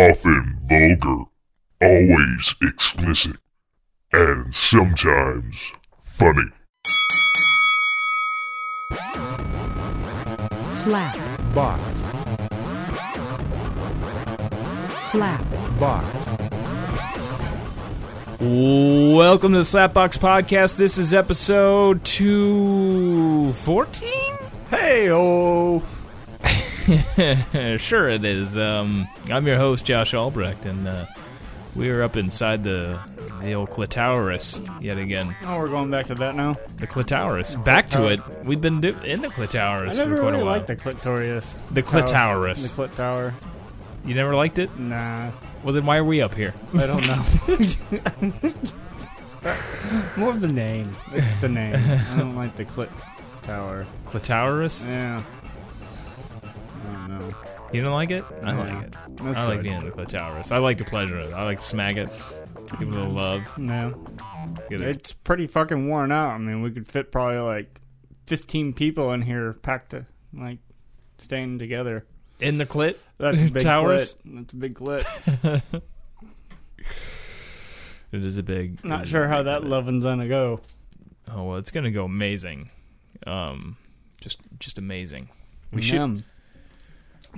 often vulgar, always explicit, and sometimes funny. slap box, slap box. Welcome to the Slapbox Podcast. This is episode 214? Hey oh, sure it is. Um, I'm your host, Josh Albrecht, and uh, we are up inside the the old clitoris yet again. Oh, we're going back to that now. The clitoris. Back to it. We've been do- in the clitoris I for never quite really a while. liked the clitoris. The tower. clitoris. The clit tower. you never liked it? Nah, Well, then why are we up here? I don't know. More of the name. It's the name. I don't like the clit tower. Clitoris? Yeah. I don't know. You don't like it? I Yeah. like it. That's I like good. being in the clitoris. I like to pleasure it. I like to smack it. Give it a little love. No, Give it it's pretty fucking worn out. I mean, we could fit probably like 15 people in here packed, to, like staying together. in the clit. That's a big Towers? clit. That's a big clit. It is a big. it Not is a sure how big that clit. loving's gonna go. Oh well, it's gonna go amazing. Um, just just amazing. We should.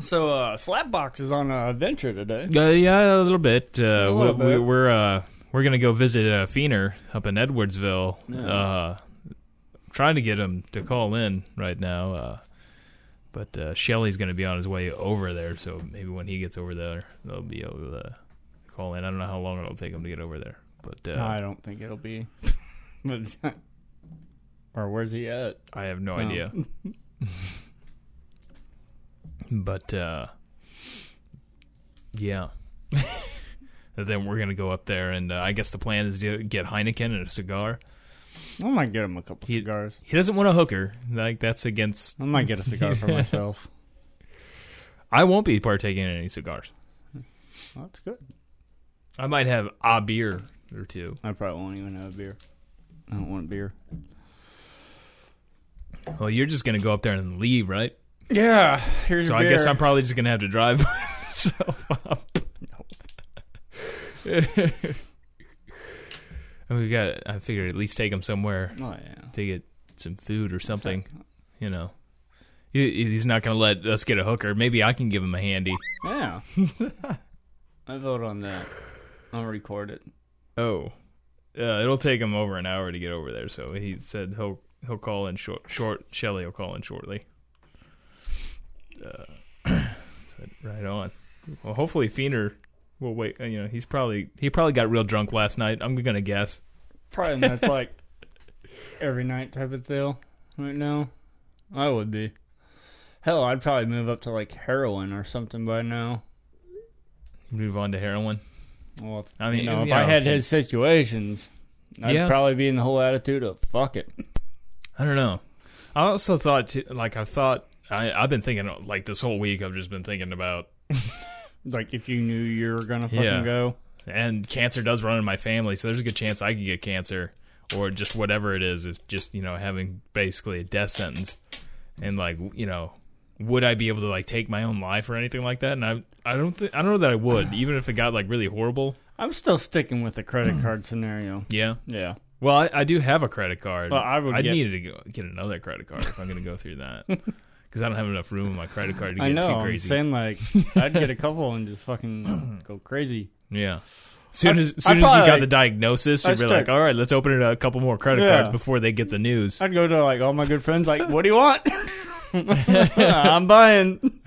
So, uh, Slapbox is on a venture today. should. Uh, yeah, a little bit. Uh, A we, little We, bit. we're uh, we're gonna go visit uh, Feener up in Edwardsville. Uh, trying to get him to call in right now. Uh, but uh, Shelly's gonna be on his way over there, so maybe when he gets over there, they'll be able to call in. I don't know how long it'll take him to get over there, but uh, I don't think it'll be. but, or where's he at? I have no No. idea. but uh yeah. And then we're gonna go up there, and uh, I guess the plan is to get Heineken and a cigar. I might get him a couple He- cigars. He doesn't want a hooker, like that's against. I might get a cigar for myself. I won't be partaking in any cigars. Well, that's good. I might have a beer or two. I probably won't even have a beer. I don't want beer. Well, you're just gonna go up there and leave, right? Yeah, here's So I guess I'm probably just gonna have to drive myself up. and we got. I figured at least take him somewhere Oh yeah. to get some food or something. You know, He- he's not gonna let us get a hooker. Maybe I can give him a handy. Yeah. I vote on that. I'll record it. Oh, uh, it'll take him over an hour to get over there. So he said he'll he'll call in short. Short Shelly will call in shortly. Uh, so right on. Well, hopefully Feener will wait. uh, You know, he's probably he probably got real drunk last night. I'm gonna guess. Probably that's like every night type of deal right now. I would be. Hell, I'd probably move up to like heroin or something by now. Move on to heroin. Well, if, I I mean, mean, you know, you if know, I had if you- his situations, I'd Yeah. probably be in the whole attitude of fuck it. I don't know. I also thought, too, like, I thought I, I've been thinking, like, this whole week. I've just been thinking about, Like if you knew you were gonna fucking Yeah. go, and cancer does run in my family, so there's a good chance I could get cancer, or just whatever it is. If just you know having basically a death sentence, and like you know, would I be able to like take my own life or anything like that? And I, I don't, th- I don't know that I would, even if it got like really horrible. I'm still sticking with the credit card scenario. Yeah. Yeah, Well, I, I do have a credit card. Well, I would I get- needed to go, get another credit card if I'm going to go through that. Because I don't have enough room in my credit card to get I know. too I'm crazy. saying like I'd get a couple and just fucking go crazy. Yeah. Soon I- as, I soon as you got probably- the diagnosis, I you'd be like, start- all right, let's open it a couple more credit Yeah. cards before they get the news. I'd go to like all my good friends, like, what do you want? I'm buying.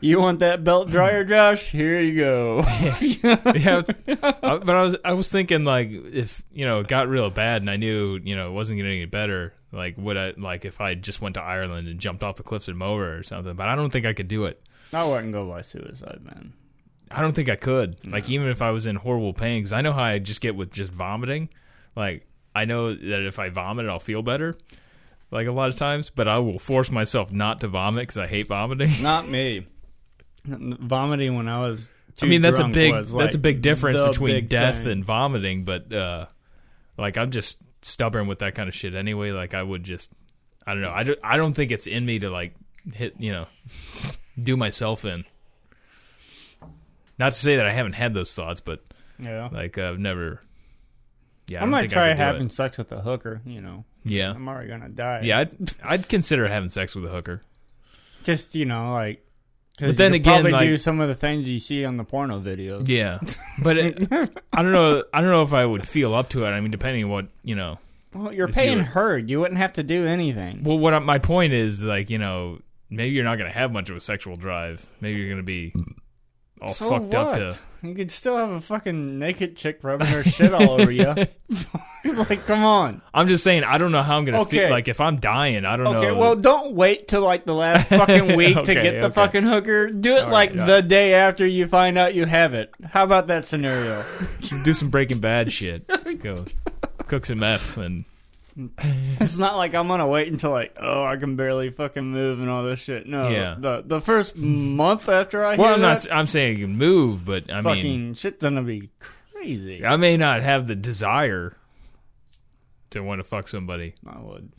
you want that belt dryer, Josh? Here you go. yeah, I- but I was I was thinking like if you know it got real bad and I knew you know it wasn't getting any better, like would I like if I just went to Ireland and jumped off the cliffs in Moher or something? But I don't think I could do it. I wouldn't go by suicide, man. I don't think I could. Like even if I was in horrible pain, because I know how I just get with just vomiting. Like I know that if I vomit, I'll feel better. Like a lot of times, but I will force myself not to vomit because I hate vomiting. Not me. Vomiting when I was. I too mean that's a drunk big was, like, that's a big difference the between big death thing. and vomiting, but uh, like I'm just stubborn with that kind of shit anyway. Like I would just I don't know I don't, I don't think it's in me to like hit you know do myself in. Not to say that I haven't had those thoughts, but Yeah. like I've never. Yeah, I, I, don't might think I try could do it. having sex with a hooker, you know. Yeah, I'm already gonna die. yeah, I'd, I'd consider having sex with a hooker. just you know, like. But Because then then you could again, probably like- do some of the things you see on the porno videos. Yeah, but it, I don't know. I don't know if I would feel up to it. I mean, depending on what you know. Well, you're If paying you- her. You wouldn't have to do anything. Well, what I, my point is, like you know, maybe you're not gonna have much of a sexual drive. Maybe you're gonna be all So fucked up what? to. You could still have a fucking naked chick rubbing her shit all over you. like, come on. I'm just saying, I don't know how I'm gonna Okay. feel. Like if I'm dying, I don't Okay, know. well, don't wait till like the last fucking week Okay, to get the okay. fucking hooker. Do it like yeah. the day after you find out you have it. How about that scenario? do some Breaking Bad shit. Go cook some meth and it's not like I'm gonna wait until like, oh, I can barely fucking move and all this shit. No, Yeah. the the first month after I well, hear I'm that, not. s- I'm saying you can move, but I fucking mean, shit's gonna be crazy. I may not have the desire to want to fuck somebody. I would.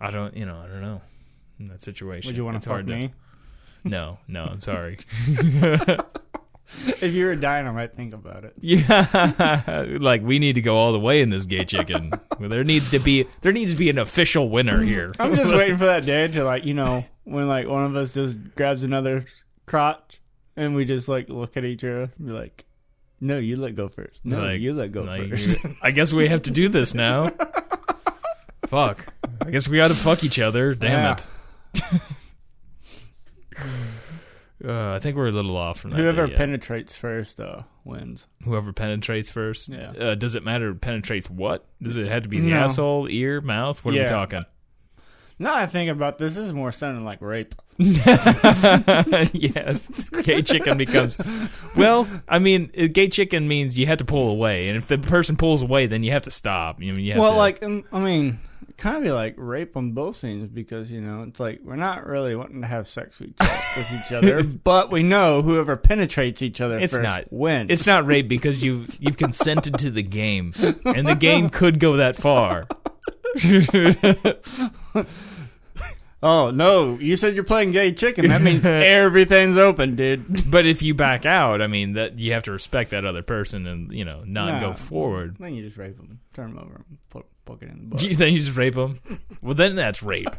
I don't. You know, I don't know. In that situation, Would you want It's to fuck hard me? No, no. I'm sorry. If you were dying, I might think about it. Yeah, like we need to go all the way in this gay chicken. Well, there needs to be there needs to be an official winner here. I'm just waiting for that day to like, you know, when like one of us just grabs another crotch and we just like look at each other and be like, No, you let go first. No, Like- you let go like, first. I guess we have to do this now. fuck. I guess we got to fuck each other. Damn it. Uh, I think we're a little off from that. Whoever day, yeah. penetrates first uh wins. whoever penetrates first. Yeah. Uh, does it matter? Penetrates what? Does it have to be the No. asshole, ear, mouth? What are Yeah. we talking? Now I think about this, this is more sounding like rape. yes, gay chicken becomes. Well, I mean, uh, gay chicken means you have to pull away, and if the person pulls away, then you have to stop. You know, you have well, to- like um, I mean, kind of be like rape on both scenes because you know it's like we're not really wanting to have sex with each- with each other, but we know whoever penetrates each other It's first not- wins. it's not rape because you have you've consented to the game, and the game could go that far. Oh no! You said you're playing gay chicken. That means everything's open, dude. but if you back out, I mean, that you have to respect that other person, and you know, not No. go forward. Then you just rape them, turn them over, and po- poke it in the butt. You- then you just rape them. Well, then that's rape.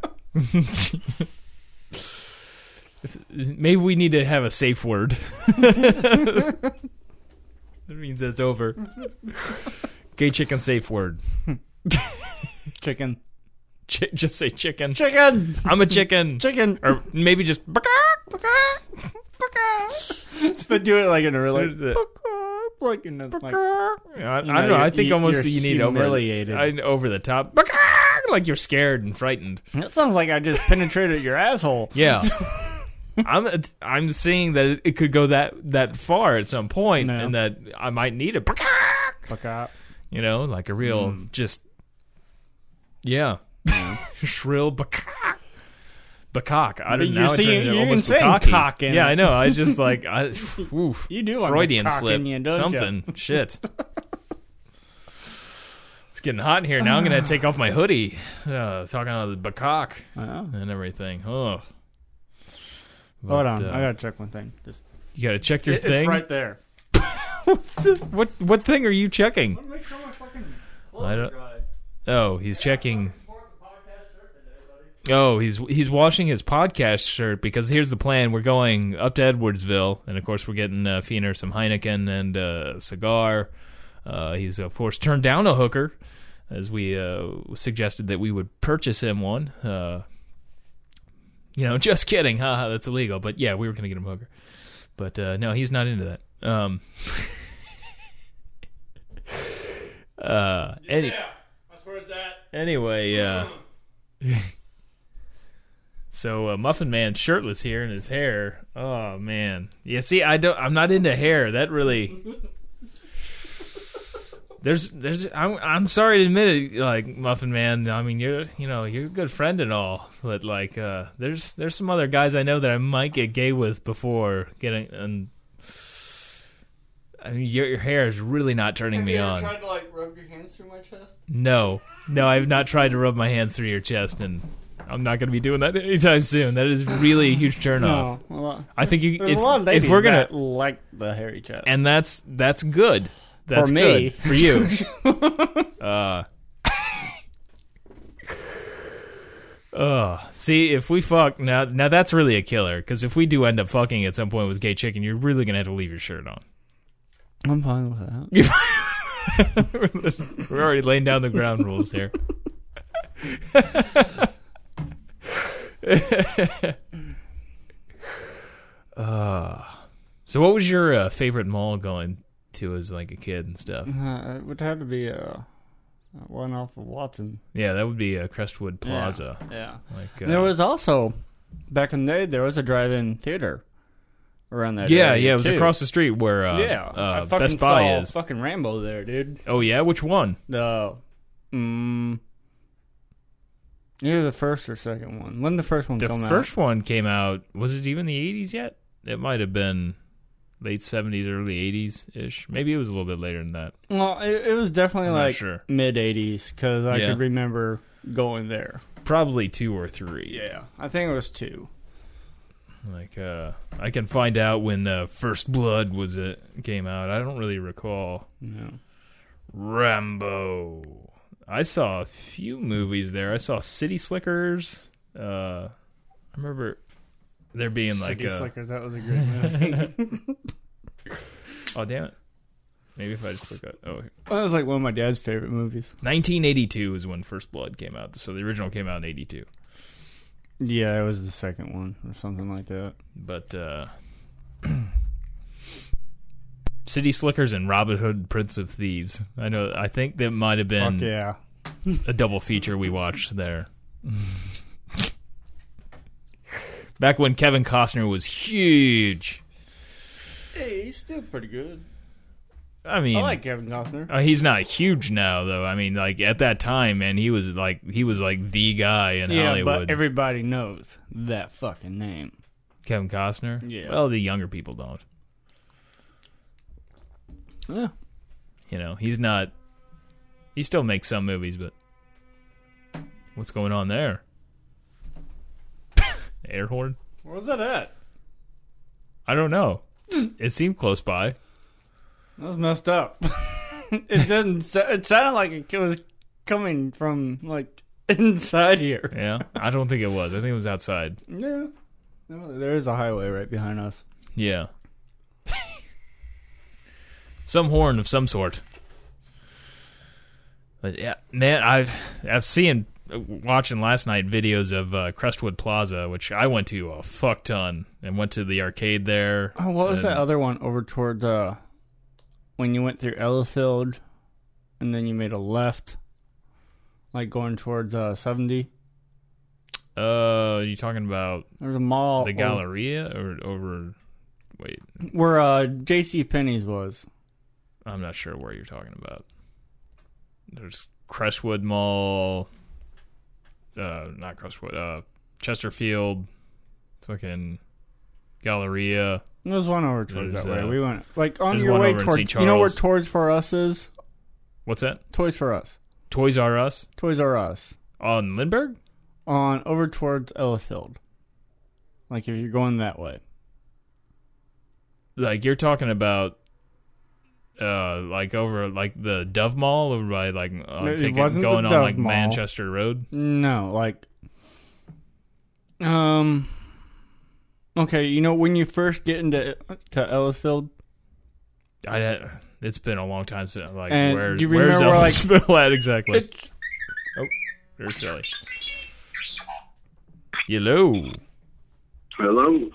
If- Maybe we need to have a safe word. that means that's over. Gay chicken safe word. Chicken, Ch- just say chicken. chicken, I'm a chicken. chicken. Or maybe just. but do it like in a really There's a- like in a, like I, I You know, don't know. I you're- think you- almost you're you need over humiliated. I, over the top. Like you're scared and frightened. that sounds like I just penetrated your asshole. Yeah. I'm I'm seeing that it, it could go that that far at some point, No. and that I might need it. Fuck up. You know, like a real Mm. just yeah, shrill bacock. Bacock. I don't But know. you're now it seeing- turned into you're even almost saying Bukaki. cock in Yeah, it. I know. I just like I, oof, You do want Freudian to cock slip. in you, don't ya? something. Shit. It's getting hot in here. Now I'm gonna take off my hoodie. Uh, talking about the bacock Wow. and everything. Oh. But, Hold on, uh, I gotta check one thing. Just you gotta check your It- thing. It's right there. What what thing are you checking? Make sure my fucking I don't- Oh, he's checking. Oh, he's he's washing his podcast shirt because here's the plan: we're going up to Edwardsville, and of course we're getting uh, Fiener some Heineken and uh, a cigar. Uh, he's of course turned down a hooker, as we uh, suggested that we would purchase him one. Uh, you know, just kidding, haha, that's illegal. But yeah, we were gonna get him a hooker, but uh, no, he's not into that. Um, uh, any, That's where it's at. Anyway, uh, so uh, Muffin Man shirtless here in his hair. Oh man, yeah. See, I don't. I'm not into hair. That really. There's, there's. I'm, I'm sorry to admit it, like Muffin Man. I mean, you're, you know, you're a good friend and all, but like, uh, there's, there's some other guys I know that I might get gay with before getting, and I mean, your, your hair is really not turning me on. to like rub your hands through my chest? No, no, I've not tried to rub my hands through your chest, and I'm not going to be doing that anytime soon. That is really a huge turnoff. No, Oh, a lot. I think you, There's Oh. if, a lot if of ladies we're gonna, that like the hairy chest. and that's that's good. That's me. good for you. uh, uh, see if we fuck now. Now that's really a killer because if we do end up fucking at some point with gay chicken, you're really gonna have to leave your shirt on. I'm fine with that. We're already laying down the ground rules here. uh, so, what was your uh, favorite mall going to as like a kid and stuff? Uh, it would have to be a, a one off of Watson. Yeah, that would be uh, Crestwood Plaza. Yeah. Like, uh, There was also back in the day there was a drive-in theater around that. uh, yeah, area, yeah, it was too. across the street where uh, yeah, uh, I fucking Best Buy saw is. fucking Rambo there, dude. Oh yeah, which one? The mm, either the first or second one. When did the first one The come first one came out. Was it even the '80s yet? It might have been late '70s, early '80s ish. Maybe it was a little bit later than that. out? Well, it, it was definitely I'm not like sure. mid '80s because I Yeah. could remember going there. Probably two or three. Yeah, I think it was two. Like uh, I can find out when uh, First Blood was it came out. I don't really recall. No. Rambo. I saw a few movies there. I saw City Slickers. Uh, I remember there being like uh, City a, Slickers, that was a great movie. oh damn it. Maybe if I just look up. Oh, here. that was like one of my dad's favorite movies. 1982 is when First Blood came out. So the original came out in 82. Yeah, it was the second one or something like that. But uh, City Slickers and Robin Hood, Prince of Thieves. I know. I think that might have been Fuck yeah. a double feature we watched there. Back when Kevin Costner was huge. Hey, he's still pretty good. I mean, I like Kevin Costner. uh, he's not huge now though. I mean, like at that time, man, he was like he was like the guy in yeah, Hollywood. but everybody knows that fucking name. Kevin Costner. Yeah. Well, the younger people don't. Yeah. You know, he's not. He still makes some movies, but what's going on there? Air horn. Where was that at? I don't know. it seemed close by. That was messed up. it didn't. sa- It sounded like it was coming from like inside here. Yeah, I don't think it was. I think it was outside. Yeah. No, there is a highway right behind us. Yeah. some horn of some sort. But yeah, man, I've I've seen watching last night videos of uh, Crestwood Plaza, which I went to a fuck ton, and went to the arcade there. Oh, what was and- that other one over towards uh, when you went through Ellisfield, and then you made a left, like going towards uh seventy. Uh, you talking about There's a mall. the o- Galleria or over? Wait, where uh J.C. Penney's was. I'm not sure where you're talking about. There's Crestwood Mall, uh, not Crestwood, uh, Chesterfield, fucking Galleria. There's one over towards There's, that way. uh, we went like on there's your one way over in towards. St. You know where Charles. Toys for Us is? What's that? Toys for Us. Toys R Us Toys R Us on Lindbergh? on over towards Ellisfield. Like if you're going that way. Like you're talking about, uh, like over like the Dove Mall over by like uh, It taking, wasn't the going on Dove like Mall. Manchester Road. No, like um Okay, you know when you first get into to Ellisfield, I it's been a long time since like And where's do you where's remember, like- Ellisville at exactly? oh, there's Shelly. Hello, Hello.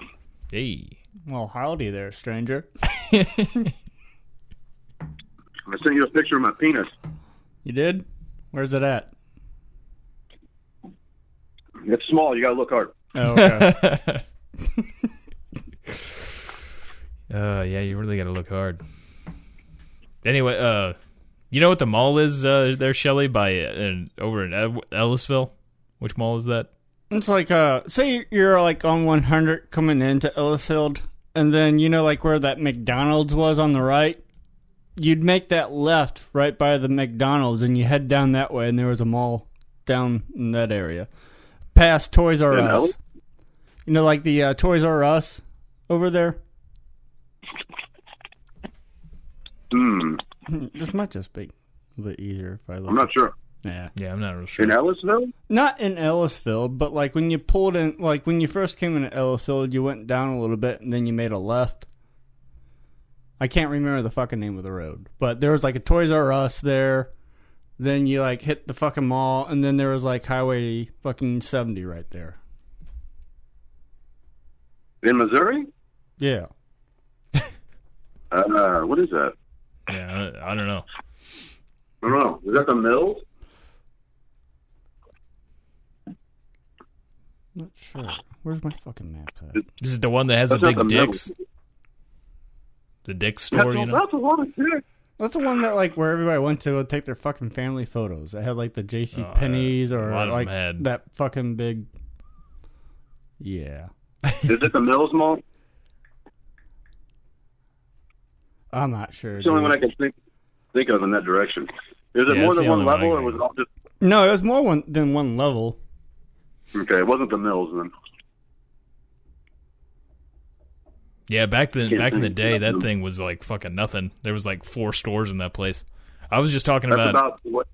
hey, well, howdy there, stranger. I sent you a picture of my penis. You did? Where's it at? It's small. You gotta look hard. Oh, okay. uh, yeah, you really got to look hard. Anyway, uh, you know what the mall is uh, there, Shelly, by uh, in, over in Ev- Ellisville. Which mall is that? It's like uh say you're like on 100 coming into Ellisfield and then you know like where that McDonald's was on the right? You'd make that left right by the McDonald's and you head down that way and there was a mall down in that area. past Toys R In Us. Ellis? You know, like the uh, Toys R Us over there. Hmm. This might just be a little bit easier if I look. I'm not sure. Yeah. Yeah, I'm not real sure. In Ellisville? Not in Ellisfield, but like when you pulled in, like when you first came into Ellisfield, you went down a little bit and then you made a left. I can't remember the fucking name of the road, but there was like a Toys R Us there. Then you like hit the fucking mall, and then there was like Highway fucking 70 right there. In Missouri? Yeah. Uh, what is that? Yeah, I, I don't know. I don't know. Is that the Mills? Not sure. Where's my fucking map at? This is the one that has That's the not the big middle. dicks. The dick That's, store, you a- know. that's a lot of dick. That's the one that like where everybody went to would take their fucking family photos. It had like the J.C. Oh, Penney's a or lot of them like had. that fucking big. Yeah, Is it the Mills Mall? I'm not sure. It's the only dude. one I can think think of in that direction. Is it Yeah, more it's than the one only one I level, or can was it all just No, it was more one than one level. okay? It wasn't the Mills then. Yeah, back then, Can't back in the think. day, that thing was like fucking nothing. There was like four stores in that place. I was just talking That's about, about, what.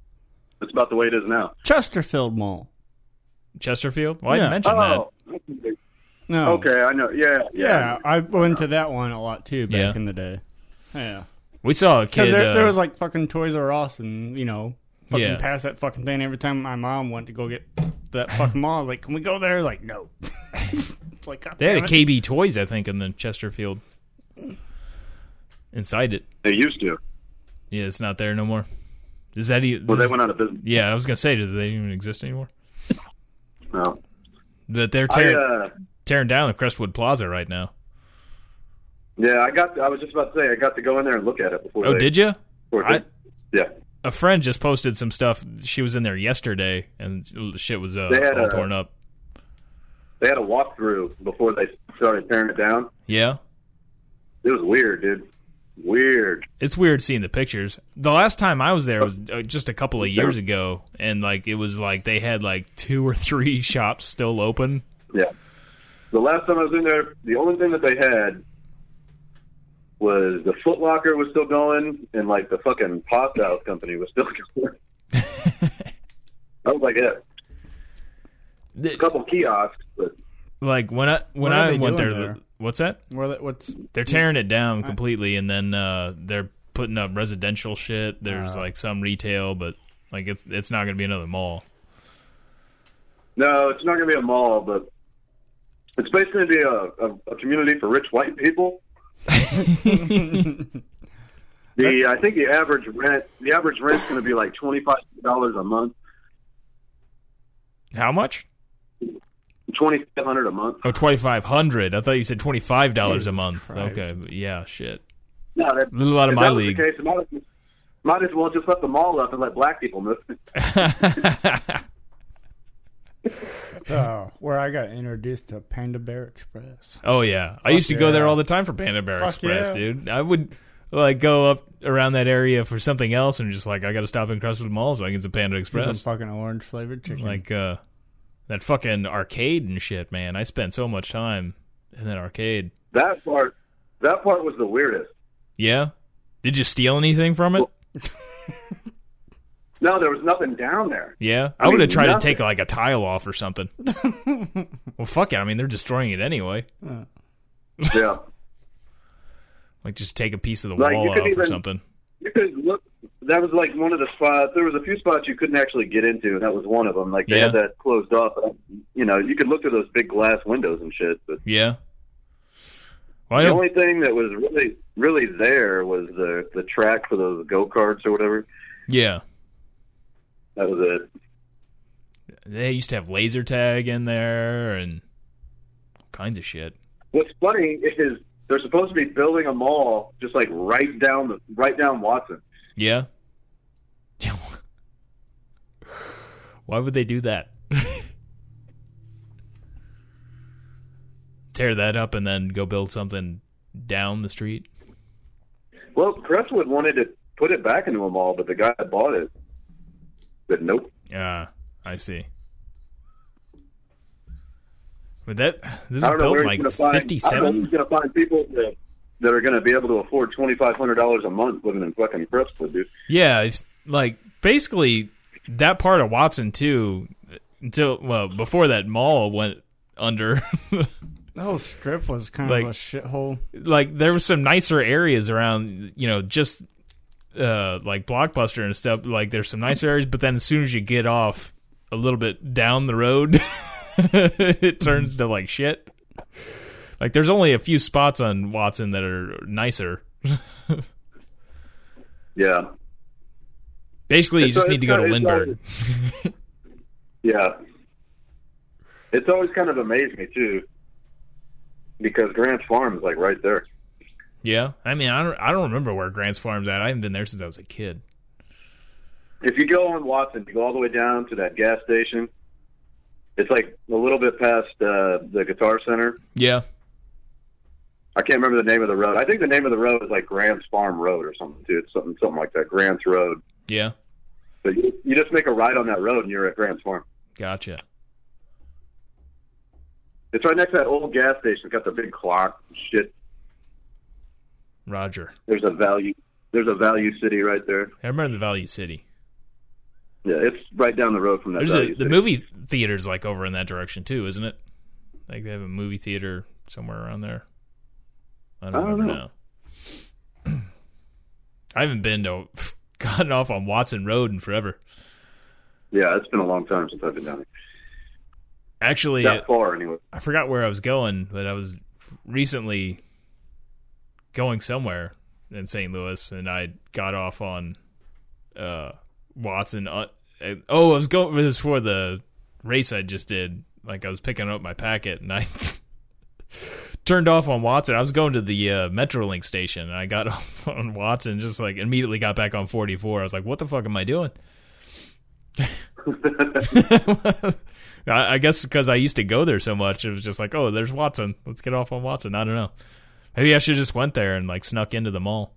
That's about the way it is now. Chesterfield Mall. Chesterfield. Well, I Yeah. didn't mention Oh, No. okay, I know. Yeah, Yeah, I went to that one a lot too back Yeah. in the day. Yeah. that. We saw a Because kid. there, uh, there was like fucking Toys R Us and, you know, fucking Yeah. past that fucking thing. Every time my mom went to go get that fucking mall, I was like, can we go there? Like, no. it's like, God they had a damn it. KB Toys, I think, in the Chesterfield. Inside it, They used to. yeah, it's not there no more. Is that even? Well, they went out of business. yeah, I was gonna say, does they even exist anymore? No. That they're I, tearing, uh, tearing down the Crestwood Plaza right now. yeah, I got. I was just about to say I got to go in there and look at it before. Oh, they, did you? Before they- I- yeah, A friend just posted some stuff. She was in there yesterday, and the shit was uh, They had all a- torn up. they had a walkthrough before they started tearing it down. Yeah, It was weird, dude. Weird. it's weird seeing the pictures. The last time I was there was uh, just a couple of years ago, and like it was like they had like two or three shops still open. Yeah. The last time I was in there, the only thing that they had was the Foot Locker was still going, and like the fucking Pop Out Company was still going. I was like, yeah, a Th- couple kiosks, but Like when I when What are I they went doing there, the- there? what's that? Where the, what's They're tearing it down completely, and then uh, they're putting up residential shit. There's Ah. like some retail, but like it's it's not gonna be another mall. no, it's not going to be a mall, but it's basically going to be a, a, a community for rich white people. the I think the average rent the average rent's going to be like twenty five dollars a month, How much? twenty five hundred a month. Oh, twenty five hundred. I thought you said twenty five dollars a Jesus month. Christ. Okay, yeah, shit. No, that's A little out of If my that was league. The case, I might, as- might as well just let the mall up and let black people move. oh, where I got introduced to Panda Bear Express? Oh yeah, I used to go there yeah. all the time for Panda Bear Fuck Express, yeah. dude. I would like go up around that area for something else, and just like I got to stop in Crestwood Mall so I can get some Panda Some Express, fucking orange flavored chicken. like uh, that fucking arcade and shit, man. I spent so much time in that arcade. That part, that part was the weirdest. Yeah, did you steal anything from it? No, there was nothing down there. Yeah, I I would mean, have tried to nothing. take like a tile off or something. well, fuck it. I mean, they're destroying it anyway. Yeah, Like, just take a piece of the Like, you wall off could or even- something. you could look. That was like one of the spots. There was a few spots you couldn't actually get into, and that was one of them. Like they had Yeah. that closed off. but, You know, you could look through those big glass windows and shit. But Yeah. Well, I the don't only thing that was really, really there was the the track for those go karts or whatever. yeah. That was it. they used to have laser tag in there and all kinds of shit. What's funny is they're supposed to be building a mall just like right down the right down Watson. Yeah. Why would they do that? Tear that up and then go build something down the street. Well, Crestwood wanted to put it back into a mall, but the guy that bought it said nope. Ah, I see. But that this was I don't know built where he's like gonna find. I don't know fifty-seven. who's gonna find people that, that are gonna be able to afford twenty five hundred dollars a month living in fucking Crestwood, dude. Yeah, if, like basically that part of Watson too. Until well, before that mall went under, The whole strip was kind Like- of a shithole. like there was some nicer areas around. You know, just uh like Blockbuster and stuff. Like there's some nice areas, but then as soon as you get off a little bit down the road, it turns to like shit. Like there's only a few spots on Watson that are nicer. Yeah, Basically, you It's- just it's need to go not- to it's not- Lindbergh. Yeah. It's always kind of amazed me too, because Grant's Farm is like right there. Yeah, I mean, I don't, I don't remember where Grant's Farm's at. I haven't been there since I was a kid. If you go on Watson, you go all the way down to that gas station. It's like a little bit past uh, the Guitar Center. Yeah, I can't remember the name of the road. I think the name of the road is like Grant's Farm Road or something too. It's something something like that, Grant's Road. yeah, But you, you just make a ride on that road and you're at Grant's Farm. gotcha. It's right next to that old gas station. It's got the big clock. and Shit, Roger, there's a value. There's a value city right there. I remember the Value City. Yeah, it's right down the road from that. There's value a, the city. movie theater's like over in that direction too, isn't it? Like they have a movie theater somewhere around there. I don't, I don't remember know. now. I haven't been to gotten off on Watson Road in forever. Yeah, it's been a long time since I've been down Actually, Oh, uh, here. That far, anyway. I forgot where I was going, but I was recently going somewhere in St. Louis, and I got off on uh, Watson. Uh, uh, oh, I was going. This was for the race I just did. Like I was picking up my packet, and I turned off on Watson. I was going to the uh, MetroLink station, and I got off on Watson. Just like immediately got back on 44. I was like, "What the fuck am I doing?" I, I guess because I used to go there so much, it was just like, oh, there's Watson. Let's get off on Watson. I don't know. Maybe I should just went there and like snuck into the mall.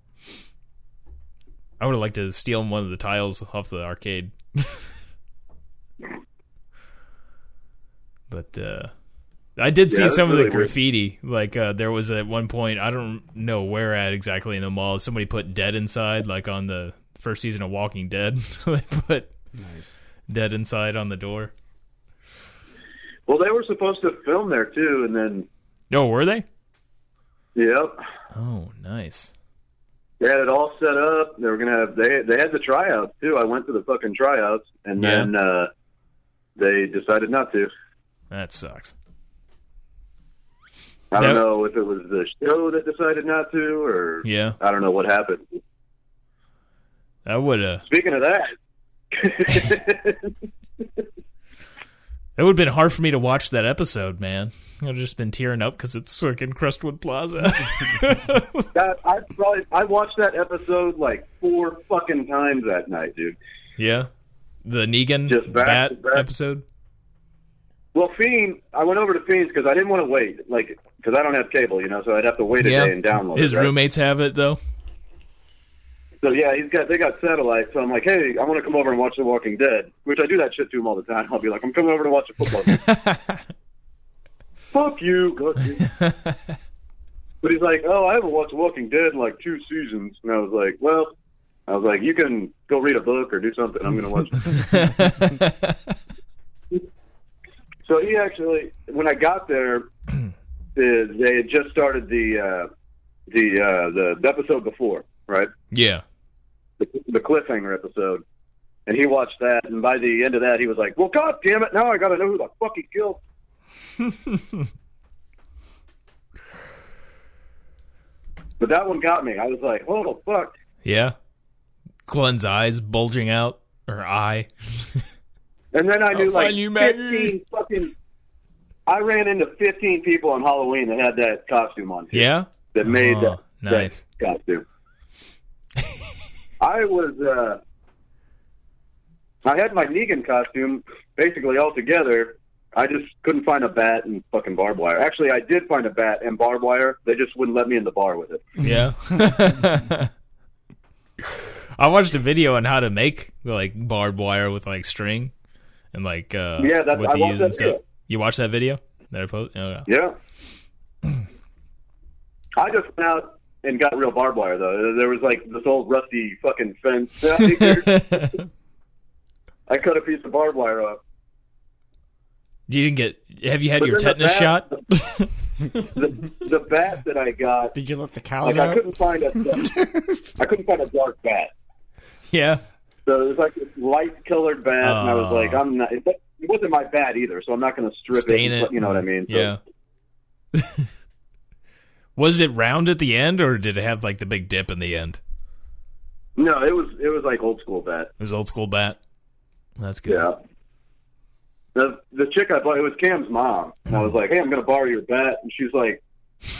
I would have liked to steal one of the tiles off the arcade. but uh I did see that's some of really the weird. graffiti. Like uh there was at one point, I don't know where at exactly in the mall, somebody put dead inside like on the first season of Walking Dead. they put dead inside on the door. Well, they were supposed to film there too, and then No, Oh, were they? yep, Oh, nice. they had it all set up. They were gonna have they they had the tryouts too. I went to the fucking tryouts, and Yeah. then uh, they decided not to. That sucks. I don't That- know if it was the show that decided not to, or Yeah, I don't know what happened. that would uh, Speaking of that, that would have been hard for me to watch that episode, man. I've just been tearing up because it's fucking Crestwood Plaza. that, I probably I watched that episode like four fucking times that night, dude. yeah, the Negan Just back to bat back. episode. Well, Fiend, I went over to Fiend's because I didn't want to wait, like, because I don't have cable, you know, so I'd have to wait a Yeah, day and download his it. right? roommates have it though. So yeah, he's got they got satellite. So I'm like, hey, I want to come over and watch The Walking Dead, which I do that shit to him all the time. I'll be like, I'm coming over to watch a football. game. Fuck you, go you. but he's like, oh, I haven't watched The Walking Dead in like two seasons, and I was like, well, I was like, you can go read a book or do something. I'm gonna watch. so he actually, when I got there, uh, they had just started the uh, the uh, the the episode before, right? Yeah, the, the cliffhanger episode, and he watched that. And by the end of that, he was like, "Well, god damn it! Now I got to know who the fuck he killed." but that one got me. I was like, "What the fuck?" yeah. Glenn's eyes bulging out, or eye. And then I knew I'll find like you, Maggie. fifteen fucking. I ran into fifteen people on Halloween that had that costume on. Yeah, that made Oh, that, nice. that costume. I was uh, I had my Negan costume basically all together. I just couldn't find a bat and fucking barbed wire. Actually, I did find a bat and barbed wire. They just wouldn't let me in the bar with it. Yeah. I watched a video on how to make like barbed wire with like string and like uh Yeah, that's- what I to watched use that and stuff. video. You watched that video? They're post- oh, yeah. Yeah. I just went out and got real barbed wire though. There was like this old rusty fucking fence. I cut a piece of barbed wire off. You didn't get. Have you had But your then the tetanus bat- shot? The, the bat that I got, Did you let the cows like I out? couldn't find a, I couldn't find a dark bat. yeah. So it was like this light colored bat, and I was Oh. like, I'm not. It wasn't my bat either, so I'm not going to strip Stain it. it, and put- You know what I mean? So Yeah. was it round at the end, or did it have like the big dip in the end? No, it was it was like old school bat. It was old school bat. That's good. Yeah. The the chick I bought it was Cam's mom, and I was like, "Hey, I'm gonna borrow your bat," and she's like,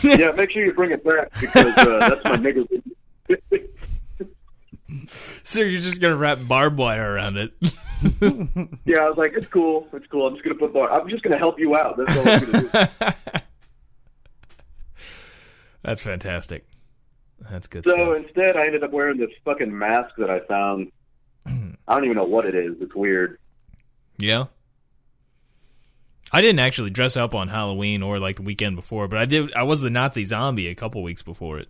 "Yeah, make sure you bring it back because uh, that's my nigga." So you're just gonna wrap barbed wire around it. yeah, I was like, "It's cool, it's cool. I'm just gonna put bar. I'm just gonna help you out. That's all I'm gonna do." That's fantastic. That's good So stuff. instead, I ended up wearing this fucking mask that I found. I don't even know what it is. It's weird. Yeah. I didn't actually dress up on Halloween or like the weekend before, but I did. I was the Nazi zombie a couple weeks before it.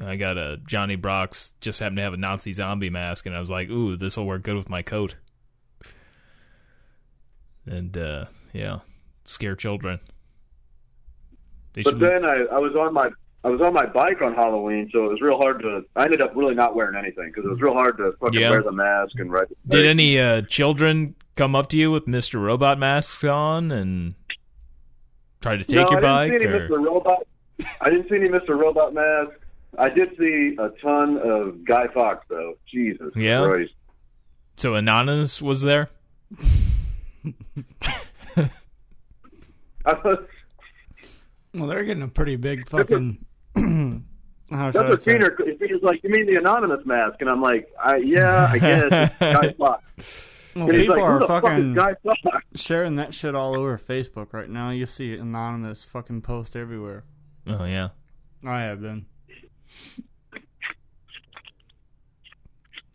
I got a Johnny Brock's. Just happened to have a Nazi zombie mask, and I was like, "Ooh, this will work good with my coat." And uh, yeah, scare children. They But then I, I was on my I was on my bike on Halloween, so it was real hard to. I ended up really not wearing anything because it was real hard to fucking Yeah. wear the mask and ride. the Did bike. any uh, children come up to you with Mr. Robot masks on and try to take no, your I bike? didn't see or- any Mr. Robot. I didn't see any Mr. Robot masks. I did see a ton of Guy Fox though. Jesus Yeah? Christ. So Anonymous was there? I was- Well, they're getting a pretty big fucking. how should That's I what say it? Peter. Peter's like, you mean the anonymous mask? And I'm like, I, yeah, I guess it's Guy Fox. Well, And he's people like, who are the fuck fucking is Guy Fox? sharing that shit all over Facebook right now. You see anonymous fucking post everywhere. Oh yeah. I have been.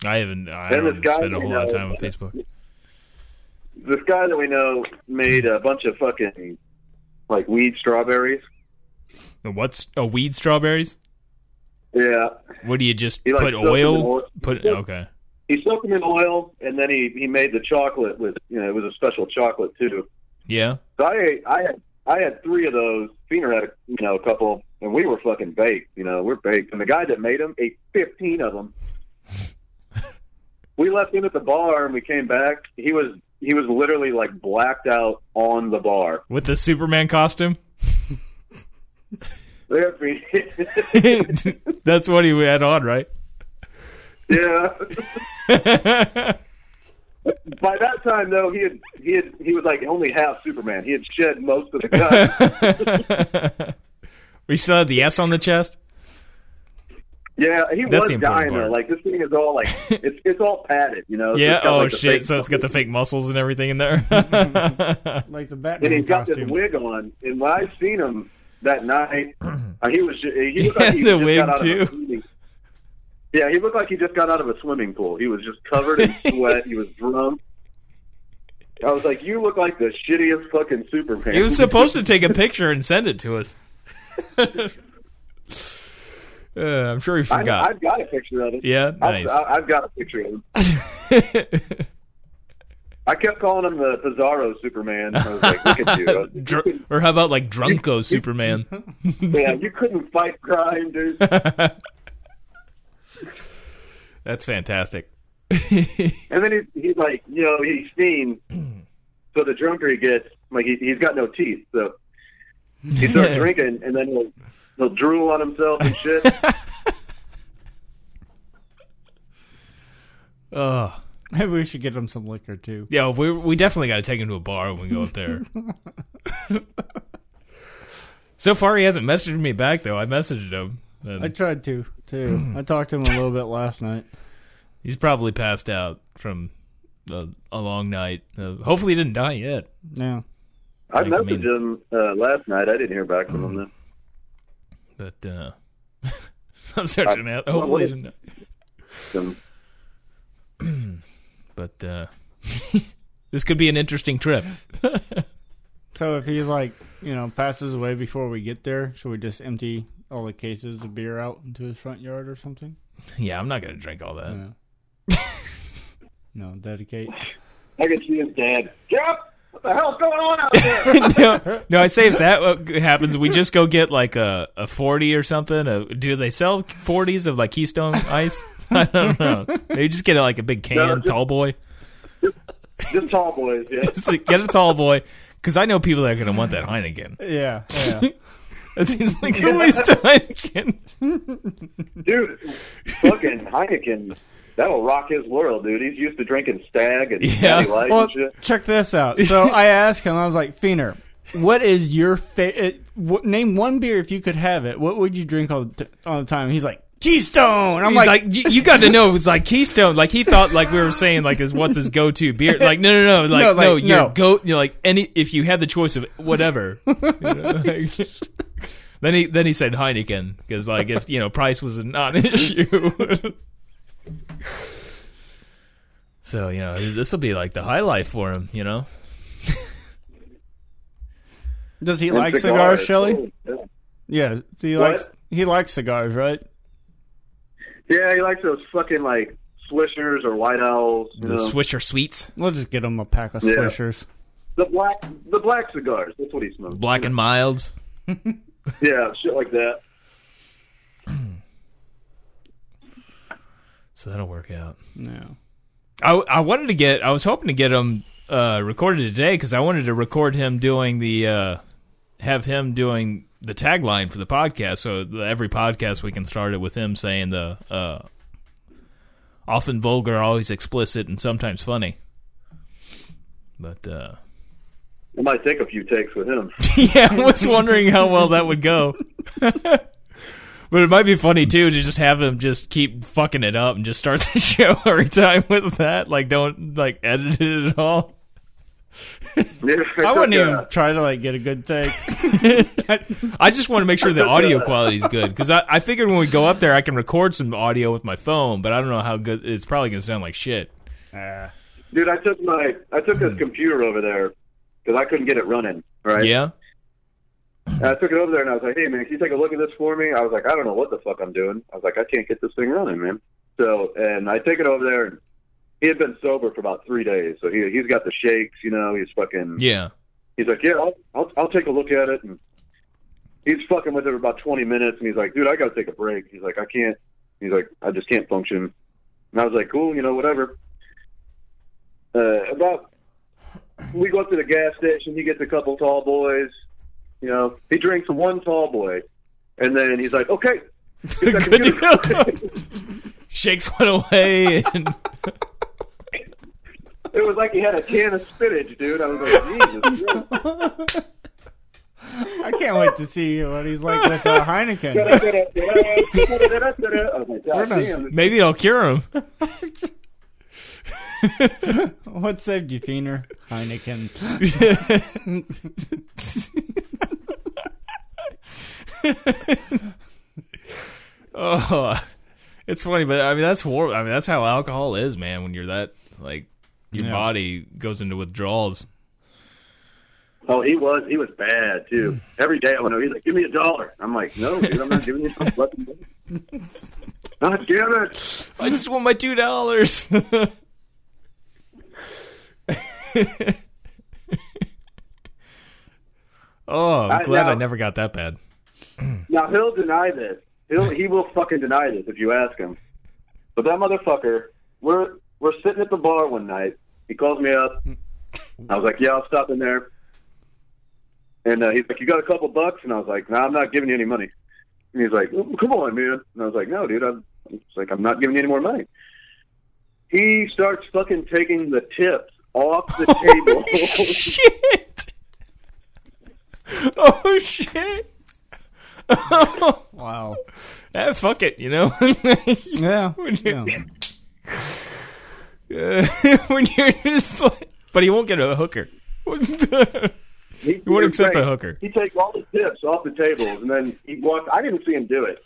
I haven't. I And this don't guy uh, spend a we whole lot of know- time on Facebook. This guy that we know made a bunch of fucking like weed strawberries. What's a weed strawberries? Yeah, What do you just He, like, put soaked them in oil? oil. Put okay. he soaked them in oil, and then he he made the chocolate with you know it was a special chocolate too. Yeah. So I ate, I had I had three of those. Feener had a, you know a couple, and we were fucking baked. You know, we're baked. And the guy that made them ate fifteen of them. we left him at the bar, and we came back. He was he was literally like blacked out on the bar. With the Superman costume. There, Feener- That's what he had on, right? yeah. By that time, though, he had he had he was like only half Superman. He had shed most of the guts. We still had the S on the chest. Yeah, he That's was the important dying though. part. Like this thing is all like it's it's all padded, you know. So Yeah. it's got, Oh like, the shit. fake- So it's got the fake muscles and everything in there. Like the and Batman he's got costume. this wig on. And when I seen him that night, uh, he was ju- he looked He like he had the just wig, got out too. Of a swimming- yeah, he looked like he just got out of a swimming pool. He was just covered in sweat. he was drunk. I was like, "You look like the shittiest fucking Superman." he was supposed to take a picture and send it to us. Uh, I'm sure he I, forgot. I've got a picture of it. yeah. I've, Nice. I, I've got a picture of him. I kept calling him the Pizarro Superman. I was like, "Look at you." Dr- or how about like Drunko Superman? Yeah, you couldn't fight crime, dude. That's fantastic. And then he's, he's like, you know, he's seen. So the drunker he gets, like he, he's got no teeth, so he starts drinking, and then he'll, he'll drool on himself and shit. Oh, Maybe we should get him some liquor too. yeah, we we definitely got to take him to a bar when we go up there. so far, he hasn't messaged me back though. I messaged him. and I tried to too. I talked to him a little bit last night. he's probably passed out from a, a long night. Uh, hopefully, he didn't die yet. Yeah. I Like, I messaged mean- him uh, last night. I didn't hear back from him. Though. But uh, I'm searching out. Hopefully, he didn't. die. So, But uh, this could be an interesting trip. So if he's like, you know, passes away before we get there, should we just empty all the cases of beer out into his front yard or something? Yeah, I'm not gonna drink all that. No. no, dedicate. I can see his dad. Jeff, what the hell's going on out there? no, no, I say if that uh, happens, we just go get like a, a 40 or something. A, do they sell 40s of like Keystone Ice? I don't know. Maybe just get like a big can, No, just- tall boy. Just tall boys. Yeah. Just like, get a tall boy. Because I know people that are going to want that Heineken. Yeah, yeah. That seems like a waste of Heineken. dude, fucking Heineken. That'll rock his world, dude. He's used to drinking Stag and Yeah. Natty Light well, and shit. check this out. So I asked him, I was like, Feener, what is your favorite? What, name one beer if you could have it. What would you drink all the, t- all the time? He's like, Keystone. I'm He's like, "You- you got to know. It was like Keystone. Like he thought, like we were saying, like is what's his go-to beer? Like no, no, no. Like no, No, like, your no. go. You know, like any if you had the choice of whatever. You know, like- then he then he said Heineken because like if you know price was a non-issue. so you know this will be like the highlight for him. You know. does he And like cigars, Shelley? Yeah. Yeah, so he What? likes he likes cigars, right? Yeah, he likes those fucking like Swishers or White Owls. You The know. Swisher Sweets, We'll just get him a pack of Yeah. Swishers. the black, the black cigars. That's what he smokes. Black and Milds. Yeah, shit like that. So that'll work out. No. I, I wanted to get I was hoping to get him uh, recorded today because I wanted to record him doing the uh, have him doing the tagline for the podcast. So the- every podcast we can start it with him saying the uh, often vulgar, always explicit, and sometimes funny. But uh, It might take a few takes with him. yeah, I was wondering how well that would go. But it might be funny too to just have him just keep fucking it up and just start the show every time with that. Like, don't like edit it at all. I wouldn't Yeah. even try to like get a good take. I just want to make sure the audio quality is good because I, I figured when we go up there, I can record some audio with my phone, but I don't know how good it's probably going to sound like shit. Dude, I took my I took this computer over there because I couldn't get it running. Right. Hmm. Yeah, And I took it over there and I was like, "Hey man, can you take a look at this for me?" I was like, "I don't know what the fuck I'm doing." I was like, "I can't get this thing running, man." So, and I take it over there. and He had been sober for about three days, so he he's got the shakes, you know. He's fucking. yeah. He's like, "Yeah, I'll, I'll I'll take a look at it." And he's fucking with it for about twenty minutes, and he's like, "Dude, I gotta take a break." He's like, "I can't." He's like, "I just can't function." And I was like, "Cool, you know, whatever." Uh, about we go up to the gas station. He gets a couple tall boys. You know, he drinks one tall boy, and then he's like, "Okay." get that Good to computer." go. Shakes one away, and It was like he had a can of spinach, dude. I was like, Jesus. Christ." I can't wait to see what he's like with uh, Heineken. I was like, God damn. maybe it'll cure him. What saved you, Feener? Heineken. Oh, it's funny, but I mean that's war. I mean that's how alcohol is, man. When you're that like, your Yeah. body goes into withdrawals. Oh, he was he was bad too. Every day I went over, he's like, "Give me a dollar." I'm like, "No, dude, I'm not giving you some fucking money." God damn it! I just want my two dollars. oh, I'm I- glad I now- never got that bad. Now he'll deny this. He'll he will fucking deny this if you ask him. But that motherfucker, we're we're sitting at the bar one night. He calls me up. I was like, "Yeah, I'll stop in there." And uh, he's like, "You got a couple bucks?" And I was like, "No, I'm not giving you any money." And he's like, well, "Come on, man." And I was like, "No, dude, I'm it's like I'm not giving you any more money." He starts fucking taking the tips off the table. shit! Oh shit! Wow. Eh, fuck it, you know. Yeah. you- yeah. when you're just like, but he won't get a hooker. He, You wouldn't he was accept a saying, hooker. He'd take all the tips off the tables, and then he walked. I didn't see him do it,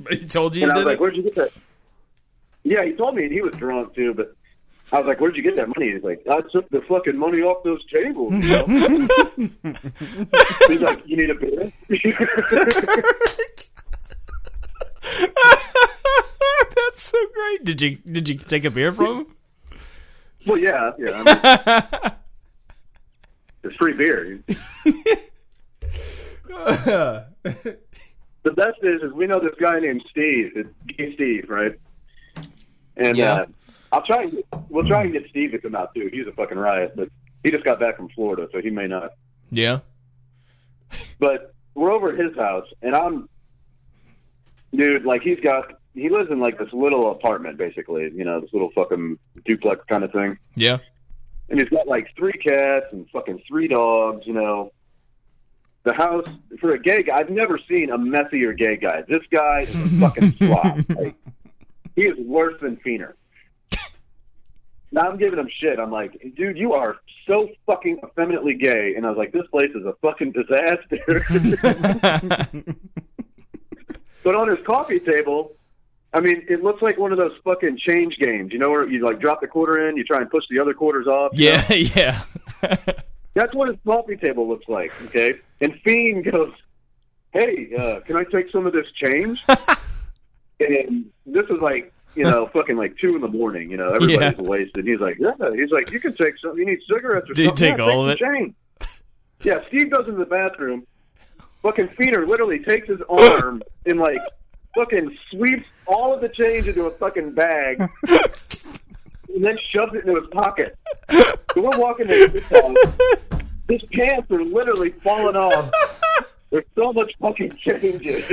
but he told you and you I was did like, it. "Where'd you get that?" Yeah, he told me, and he was drunk too. But I was like, "Where'd you get that money?" He's like, "I took the fucking money off those tables." You know? He's like, "You need a beer?" That's so great. Did you did you take a beer from him? well, yeah, yeah. I mean, it's free beer. the best is, is we know this guy named Steve. It's Gay Steve, right? And Yeah. uh, I'll try. And, we'll try and get Steve to come out too. He's a fucking riot, but he just got back from Florida, so he may not. Yeah. But we're over at his house, and I'm, dude, like he's got. He lives in like this little apartment, basically. You know, this little fucking duplex kind of thing. Yeah. and he's got like three cats and fucking three dogs, you know. The house for a gay guy, I've never seen a messier gay guy. This guy is a fucking slob. Like, he is worse than Feener. Now I'm giving him shit. I'm like, dude, you are so fucking effeminately gay. And I was like, this place is a fucking disaster. But on his coffee table, I mean, it looks like one of those fucking change games. You know, where you like drop the quarter in, you try and push the other quarters off. you know? Yeah. Yeah. That's what his coffee table looks like. Okay. And Fiend goes, "Hey, uh, can I take some of this change?" and this is like. You know, fucking like two in the morning. You know, everybody's Yeah. wasted. He's like, yeah. He's like, you can take some. You need cigarettes or Do you something. take Oh, yeah, all take of some Change. Yeah, Steve goes into the bathroom. Fucking Feener literally takes his arm and like fucking sweeps all of the change into a fucking bag and then shoves it into his pocket. So we're walking to his house. His pants are literally falling off. There's so much fucking change in it.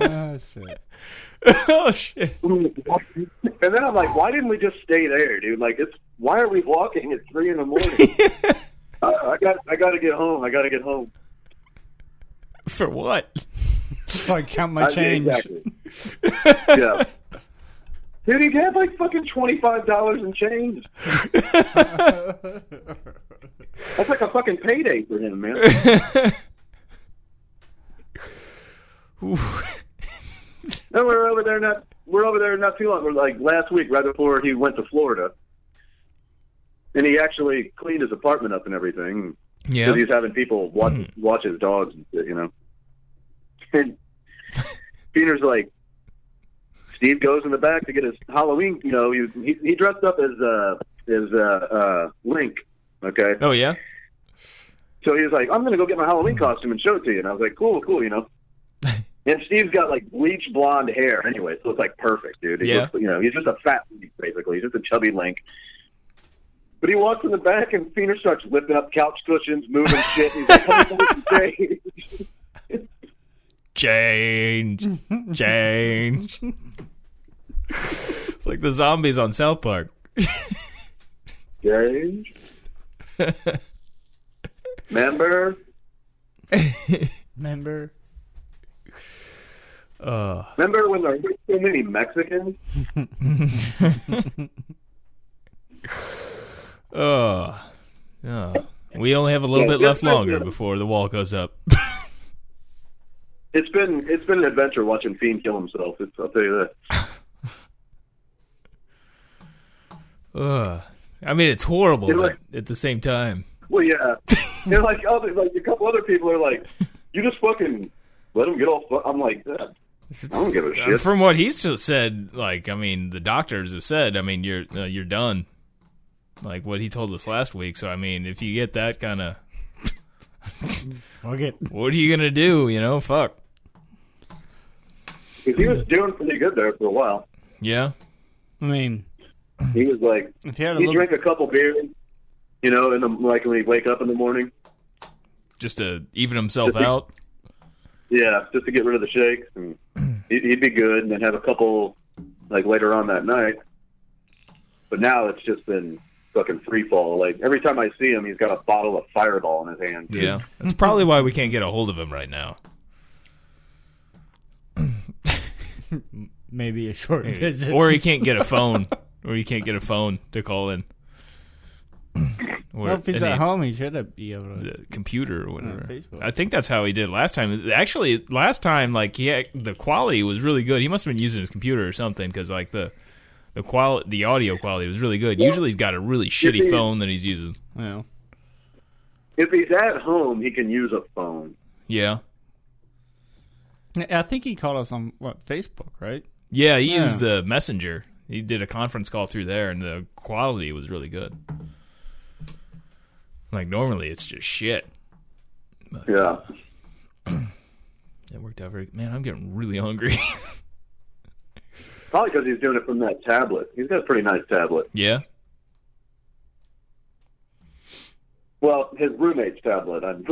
Oh, shit. oh shit. and then I'm like, why didn't we just stay there, dude? Like, it's why are we walking at three in the morning? I, I got, I got to get home. I got to get home. For what? So I count my I- change. Exactly. yeah. Dude, he had like fucking twenty five dollars in change. That's like a fucking payday for him, man. and we're over there not we're over there not too long. We're like last week, right before he went to Florida. And he actually cleaned his apartment up and everything. Yeah. Because he's having people watch watch his dogs and shit, you know. And Peter's like, Steve goes in the back to get his Halloween. You know, he he, he dressed up as uh as uh, uh Link. Okay, Oh yeah. so he was like, I'm gonna go get my Halloween costume and show it to you. And I was like, cool, cool, you know. And Steve's got like bleach blonde hair anyway, so it's like perfect, dude. He Yeah. looks- you know, he's just a fat Link, basically. He's just a chubby Link. But he walks in the back and Feener starts lifting up couch cushions, moving shit. He's like, "Come on, Jay." Change. Change. it's like the zombies on South Park. Jay? Remember? Remember? Remember when there were so many Mexicans? Oh. Oh. We only have a little Yeah, bit left just like longer the- before the wall goes up. It's been it's been an adventure watching Fiend kill himself. It's, I'll tell you that. Ugh. I mean, it's horrible, You're but right. at the same time, Well, yeah. and like other, like a couple other people are like, you just fucking let them get all. Fu-. I'm like, "Uh, I don't give a shit. Uh, from what he's just said, like I mean, the doctors have said, I mean, you're uh, you're done. Like what he told us last week. So I mean, if you get that kind of, Fuck it. what are you gonna do? You know, fuck. 'Cause he was doing pretty good there for a while. Yeah. I mean, He was like, if you had a he little, drank a couple beers, you know, and then like when he wake up in the morning, Just to even himself Just be- out. yeah, just to get rid of the shakes, and he'd, he'd be good, and then have a couple like later on that night. But now it's just been fucking free fall. Like every time I see him, he's got a bottle of Fireball in his hand. Yeah. That's probably why we can't get a hold of him right now. maybe a short visit. or he can't get a phone. Or he can't get a phone to call in. Or Well, if he's any- at home, he should have be able to. the computer or whatever. Facebook. I think that's how he did last time. Actually, last time like he had, the quality was really good. He must have been using his computer or something because like the the qual the audio quality was really good. Usually he's got a really shitty he- phone that he's using. You know. If he's at home, he can use a phone. Yeah, I think he called us on what Facebook, right? yeah. He Yeah. used the messenger. He did a conference call through there, and the quality was really good. Like normally, it's just shit. Yeah. It worked out very. Man, I'm getting really hungry. Probably because he's doing it from that tablet. He's got a pretty nice tablet. yeah. Well, his roommate's tablet. I'm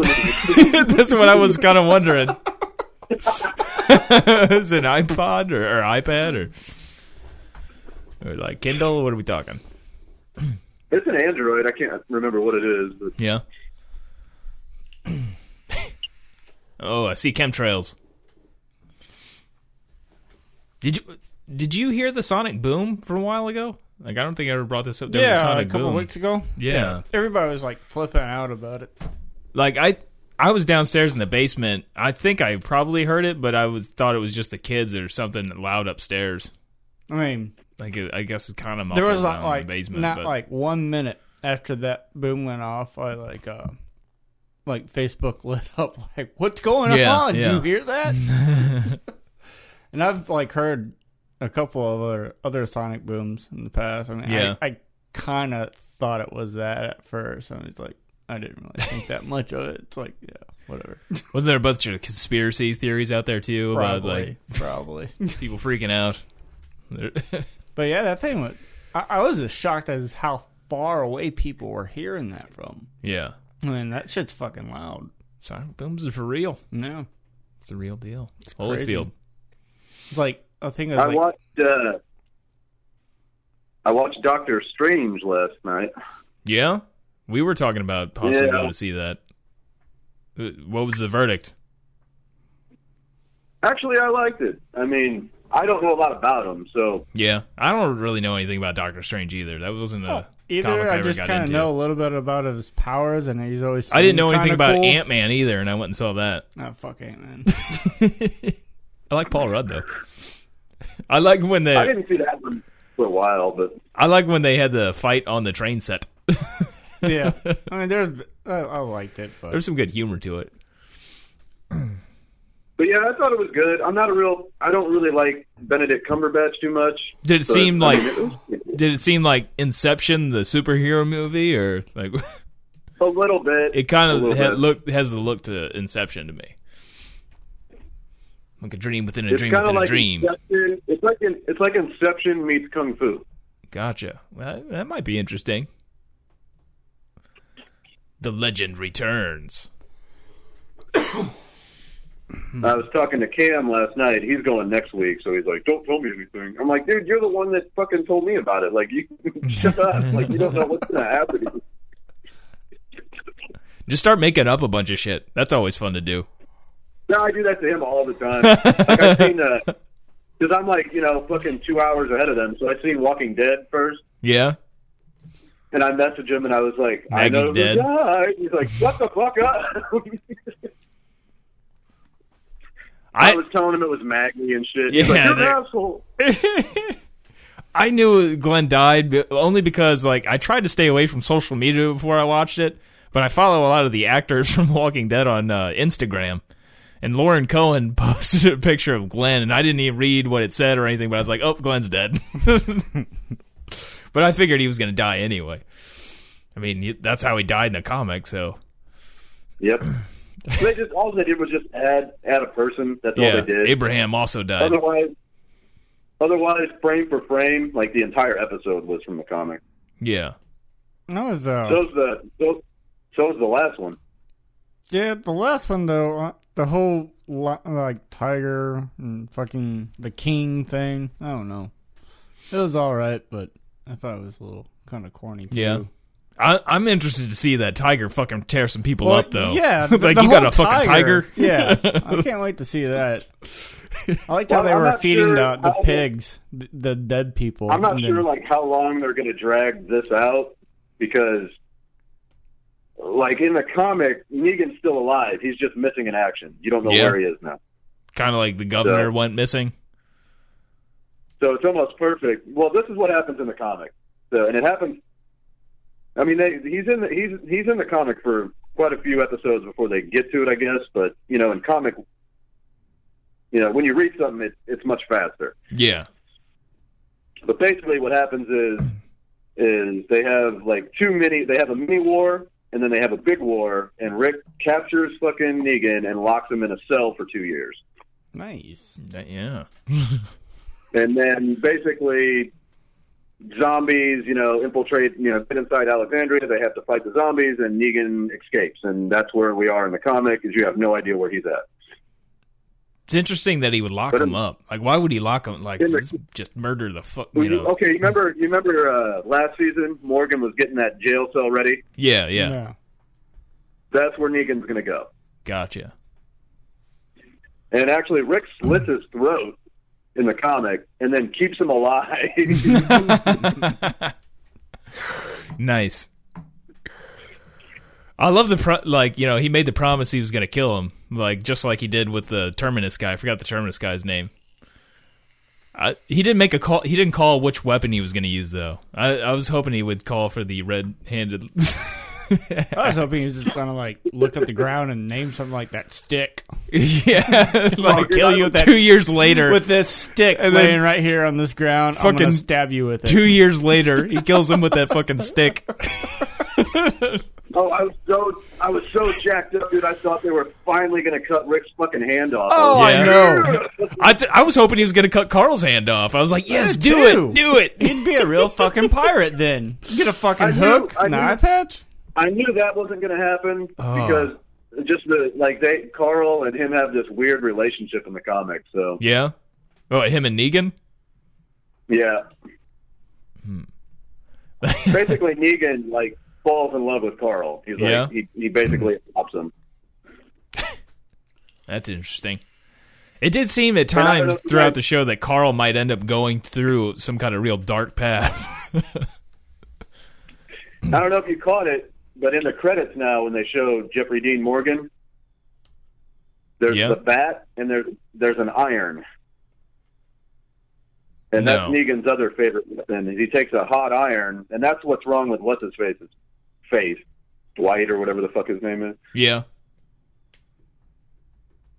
That's what I was kind of wondering. Is it an iPod or, or iPad or or like Kindle? What are we talking? it's an Android. I can't remember what it is. But Yeah. oh, I see chemtrails. Did you did you hear the sonic boom from a while ago? Like I don't think I ever brought this up. There was yeah, a sonic couple boom. weeks ago. yeah. Everybody was like flipping out about it. like I I was downstairs in the basement. I think I probably heard it, but I was thought it was just the kids or something loud upstairs. I mean, Like it, I guess it's kind of muffled there was uh, down like, in like the basement. not but like one minute after that boom went off, I like uh, like Facebook lit up like, "What's going Yeah, on? Did yeah. you hear that?" and I've like heard a couple of other other sonic booms in the past. I mean, Yeah. I, I kind of thought it was that at first, and it's like I didn't really think that much of it. It's like, yeah, whatever. wasn't there a bunch of conspiracy theories out there too about like Probably, probably. people freaking out? There- But yeah, that thing was. I, I was as shocked as how far away people were hearing that from. yeah, I mean, that shit's fucking loud. sonic booms are for real. No, It's the real deal. crazy. Holyfield. it's like I think it I was like, watched. Uh, I watched Doctor Strange last night. Yeah, we were talking about possibly Yeah. going to see that. Uh, What was the verdict? Actually, I liked it. I mean, I don't know a lot about him, so Yeah, I don't really know anything about Doctor Strange either. That wasn't a comic uh, either. I, I ever just got kind of into. know a little bit about his powers, and he's always. I didn't seemed know anything kinda about cool. Ant Man either, and I went and saw that. Oh, fuck Ant Man. I like Paul Rudd though. I like when they I I, didn't see that one for a while. But like when they had the fight on the train set. yeah, I mean, there's. I, I liked it, but There's some good humor to it. but yeah, I thought it was good. I'm not a real. I don't really like Benedict Cumberbatch too much. Did it but, seem I like mean, it was- did it seem like Inception, the superhero movie, or like a little bit? it kind A of little had bit. look has the look to Inception to me. Like a dream within a It's dream kinda within like a dream. Inception. It's like in, it's like Inception meets Kung Fu. Gotcha. Well, that might be interesting. The legend returns. I was talking to Cam last night. He's going next week, so he's like, "Don't tell me anything." I'm like, "Dude, you're the one that fucking told me about it. Like, you shut up. Like, you don't know what's gonna happen." Just start making up a bunch of shit. That's always fun to do. No, I do that to him all the time. Like, I've seen because I'm like, you know, fucking two hours ahead of them. So I seen Walking Dead first, Yeah. and I messaged him, and I was like, "I Maggie's know who dead. died." He's like, "What the fuck up?" I, I was telling him it was Maggie and shit. He's Yeah, like, You're they're- an asshole. I knew Glenn died b- only because like I tried to stay away from social media before I watched it, but I follow a lot of the actors from Walking Dead on uh, Instagram. And Lauren Cohen posted a picture of Glenn, and I didn't even read what it said or anything, but I was like, "Oh, Glenn's dead." but I figured he was going to die anyway. I mean, you- that's how he died in the comic, so Yep. they just all they did was just add add a person. That's all yeah. they did. Abraham also died. Otherwise, otherwise, frame for frame, like the entire episode was from the comic. Yeah, no, it was uh, So was the so, so was the last one. yeah. The last one though, uh, the whole li- like tiger and fucking the king thing. I don't know. It was all right, but I thought it was a little kind of corny. Too. Yeah. I, I'm interested to see that tiger fucking tear some people Well, up, though. Yeah, the- like the you got whole a fucking tiger. Yeah, I can't wait to see that. I liked how Well, they I'm were not feeding sure the, the how- pigs, the, the dead people. I'm not and sure then- like how long they're going to drag this out because like in the comic, Negan's still alive. He's just missing in action. You don't know Yeah. where he is now. Kind of like the governor So- went missing. So it's almost perfect. Well, this is what happens in the comic. So, and it happens. I mean, they, he's in the, he's he's in the comic for quite a few episodes before they get to it, I guess. But you know, in comic, you know, when you read something, it, it's much faster. Yeah. But basically, what happens is is they have like two mini. They have a mini war, and then they have a big war. And Rick captures fucking Negan and locks him in a cell for two years. Nice. That- Yeah. and then basically zombies, you know, infiltrate, you know, get inside Alexandria. They have to fight the zombies, and Negan escapes, and that's where we are in the comic. Is you have no idea where he's at. It's interesting that he would lock But him in- up. Like, why would he lock him? Like, In the- let's just murder the fuck. You know? Okay, you remember? You remember uh, last season? Morgan was getting that jail cell ready. Yeah, yeah. That's where Negan's going to go. Gotcha. And actually, Rick slits his throat in the comic, and then keeps him alive. Nice. I love the pro- like you know he made the promise he was gonna kill him like just like he did with the terminus guy. I forgot the terminus guy's name. I, he didn't make a call. He didn't call which weapon he was gonna use though. I, I was hoping he would call for the red-handed. I was hoping he was just gonna like look at the ground and name something like that stick. yeah, I'll like kill you with that two years later. with this stick And then- laying right here on this ground. I'm Fucking gonna stab you with it. two years later, he kills him with that fucking stick. oh, I was so I was so jacked up, dude. I thought they were finally going to cut Rick's fucking hand off. Oh, Yeah. I know. I, t- I was hoping he was gonna cut Carl's hand off. I was like, yes, did do too. it, do it. He'd be a real fucking pirate then. Get a fucking I knew- hook, I an knew- eye patch. I knew that wasn't going to happen because just the like they Carl and him have this weird relationship in the comic. So Yeah. Oh, him and Negan. yeah, basically Negan like falls in love with Carl. He's like Yeah. he, he basically adopts him. That's interesting. It did seem at I don't times know if you throughout guys- the show that Carl might end up going through some kind of real dark path. I don't know if you caught it, but in the credits now when they show Jeffrey Dean Morgan, there's Yeah. the bat and there's there's an iron. And that's No. Negan's other favorite weapon. Is he takes a hot iron, and that's what's wrong with what's his face's face, Dwight or whatever the fuck his name is. yeah.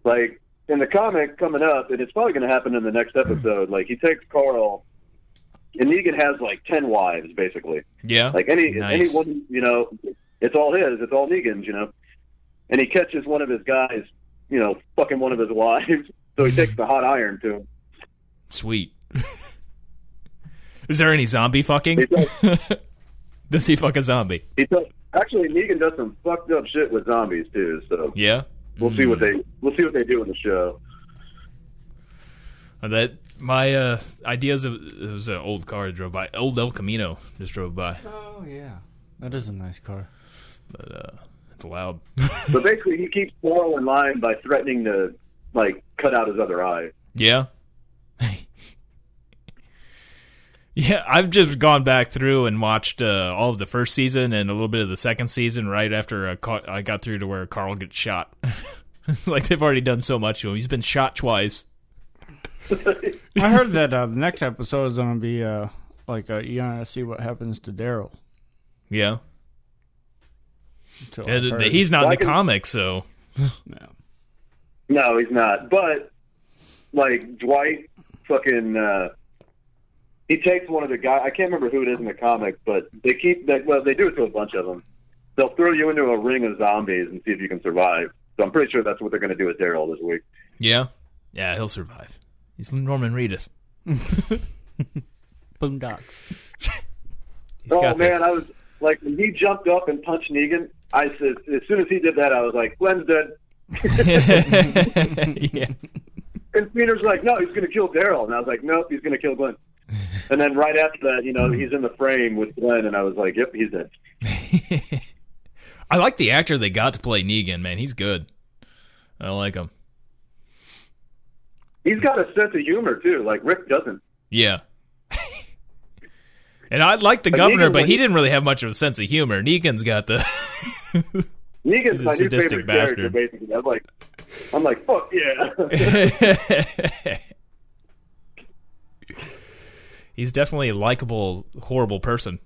Like in the comic coming up, and it's probably going to happen in the next episode. Like he takes Carl, and Negan has like ten wives basically. Yeah. Like any Nice. any one, you know, it's all his. It's all Negan's, you know. And he catches one of his guys, you know, fucking one of his wives. So he takes the hot iron to him. Sweet. Is there any zombie fucking? He does, Does he fuck a zombie? he does, actually, Negan does some fucked up shit with zombies too. So Yeah. we'll see what they we'll see what they do in the show. That my uh, ideas of it was an old car that drove by. Old El Camino just drove by. Oh yeah, that is a nice car. It's loud. But basically, he keeps Carl in line by threatening to like cut out his other eye. Yeah. yeah, I've just gone back through and watched uh, all of the first season and a little bit of the second season right after uh, Car- I got through to where Carl gets shot. it's like they've already done so much to him. He's been shot twice. I heard that uh, the next episode is gonna be uh, like uh, you gotta see what happens to Daryl. Yeah. So Yeah, I've th- heard. th- he's not in Well, I the can- comics, so. Yeah. No, he's not. But like Dwight, fucking, uh, he takes one of the guy. I can't remember who it is in the comic, but they keep that. Well, they do it to a bunch of them. They'll throw you into a ring of zombies and see if you can survive. So I'm pretty sure that's what they're going to do with Daryl this week. Yeah. Yeah, he'll survive. He's Norman Reedus. Boondocks. He's oh got man, this. I was like, when he jumped up and punched Negan. I said, as soon as he did that, I was like, Glenn's dead. yeah. And Peter's like, no, he's going to kill Daryl. And I was like, nope, he's going to kill Glenn. and then right after that, you know, he's in the frame with Glenn, and I was like, yep, he's dead. I like the actor they got to play Negan, man. He's good. I like him. He's got a sense of humor too. Like Rick doesn't. Yeah. And I like the But governor, Negan- but he didn't really have much of a sense of humor. Negan's got the. Negan's a my new sadistic favorite character. bastard. Basically, I'm like, I'm like, fuck yeah. He's definitely a likable, horrible person.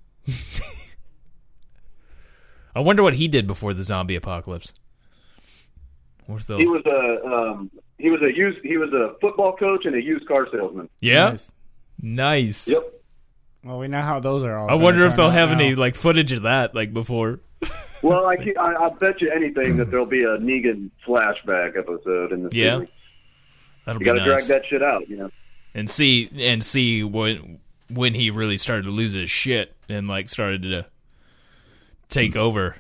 I wonder what he did before the zombie apocalypse. What's the? he was a um, he was a used he was a football coach and a used car salesman. yeah, nice. Nice. Yep. Well, we know how those are all. I wonder gonna if they'll turn out have any now. like footage of that, like before. Well, I, keep- I I bet you anything that there'll be a Negan flashback episode in this. Yeah. series. That'll be you got to drag nice. that shit out. You know, and see and see when when he really started to lose his shit and like started to take over.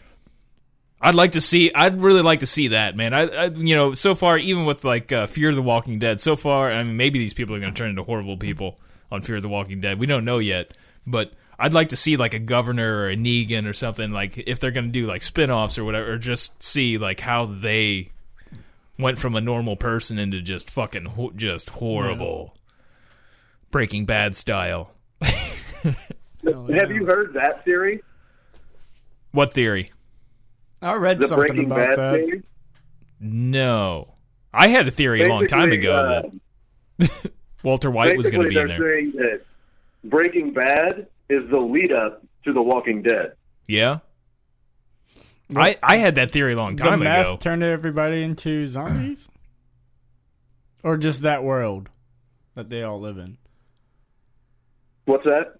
I'd like to see. I'd really like to see that, man. I, I you know, so far, even with like uh, Fear of the Walking Dead, so far, I mean, maybe these people are going to turn into horrible people on Fear of the Walking Dead. We don't know yet, but I'd like to see like a governor or a Negan or something. Like if they're going to do like spin-offs or whatever, or just see like how they went from a normal person into just fucking ho- just horrible Breaking Bad style. have you heard that theory? What theory? I read The something Breaking about Bad that. theory. No, I had a theory a long time Basically, ago uh, that Walter White was going to basically be in they're there. saying that Breaking Bad is the lead up to The Walking Dead. Yeah. I, I had that theory a long the time meth ago. turned everybody into zombies, or just that world that they all live in. What's that?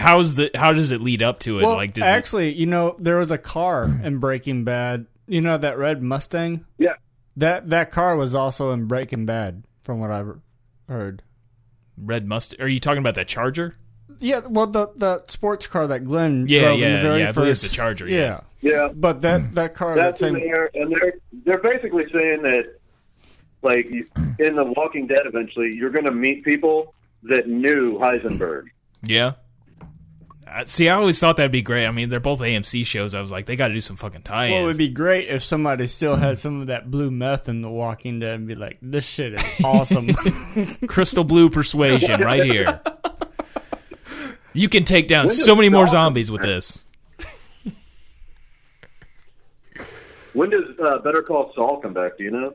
How's the how does it lead up to it? Well, like did actually, you know, there was a car in Breaking Bad. You know that red Mustang? Yeah. That that car was also in Breaking Bad, from what I've heard. Red Mustang? Are you talking about that Charger? Yeah, well, the the sports car that Glenn Yeah, drove in yeah, the very yeah, I believe first it's a Charger, Yeah. yeah. Yeah, but that that car that that's in same there, and they're they're basically saying that, like you- in The Walking Dead, eventually you're going to meet people that knew Heisenberg. Yeah. Uh, See, I always thought that'd be great. I mean, they're both AMC shows. I was like, they got to do some fucking tie-ins. Well, it would be great if somebody still had some of that blue meth in The Walking Dead and be like, "This shit is awesome." crystal blue persuasion right here. You can take down so many more zombies with this. When does uh, Better Call Saul come back? Do you know?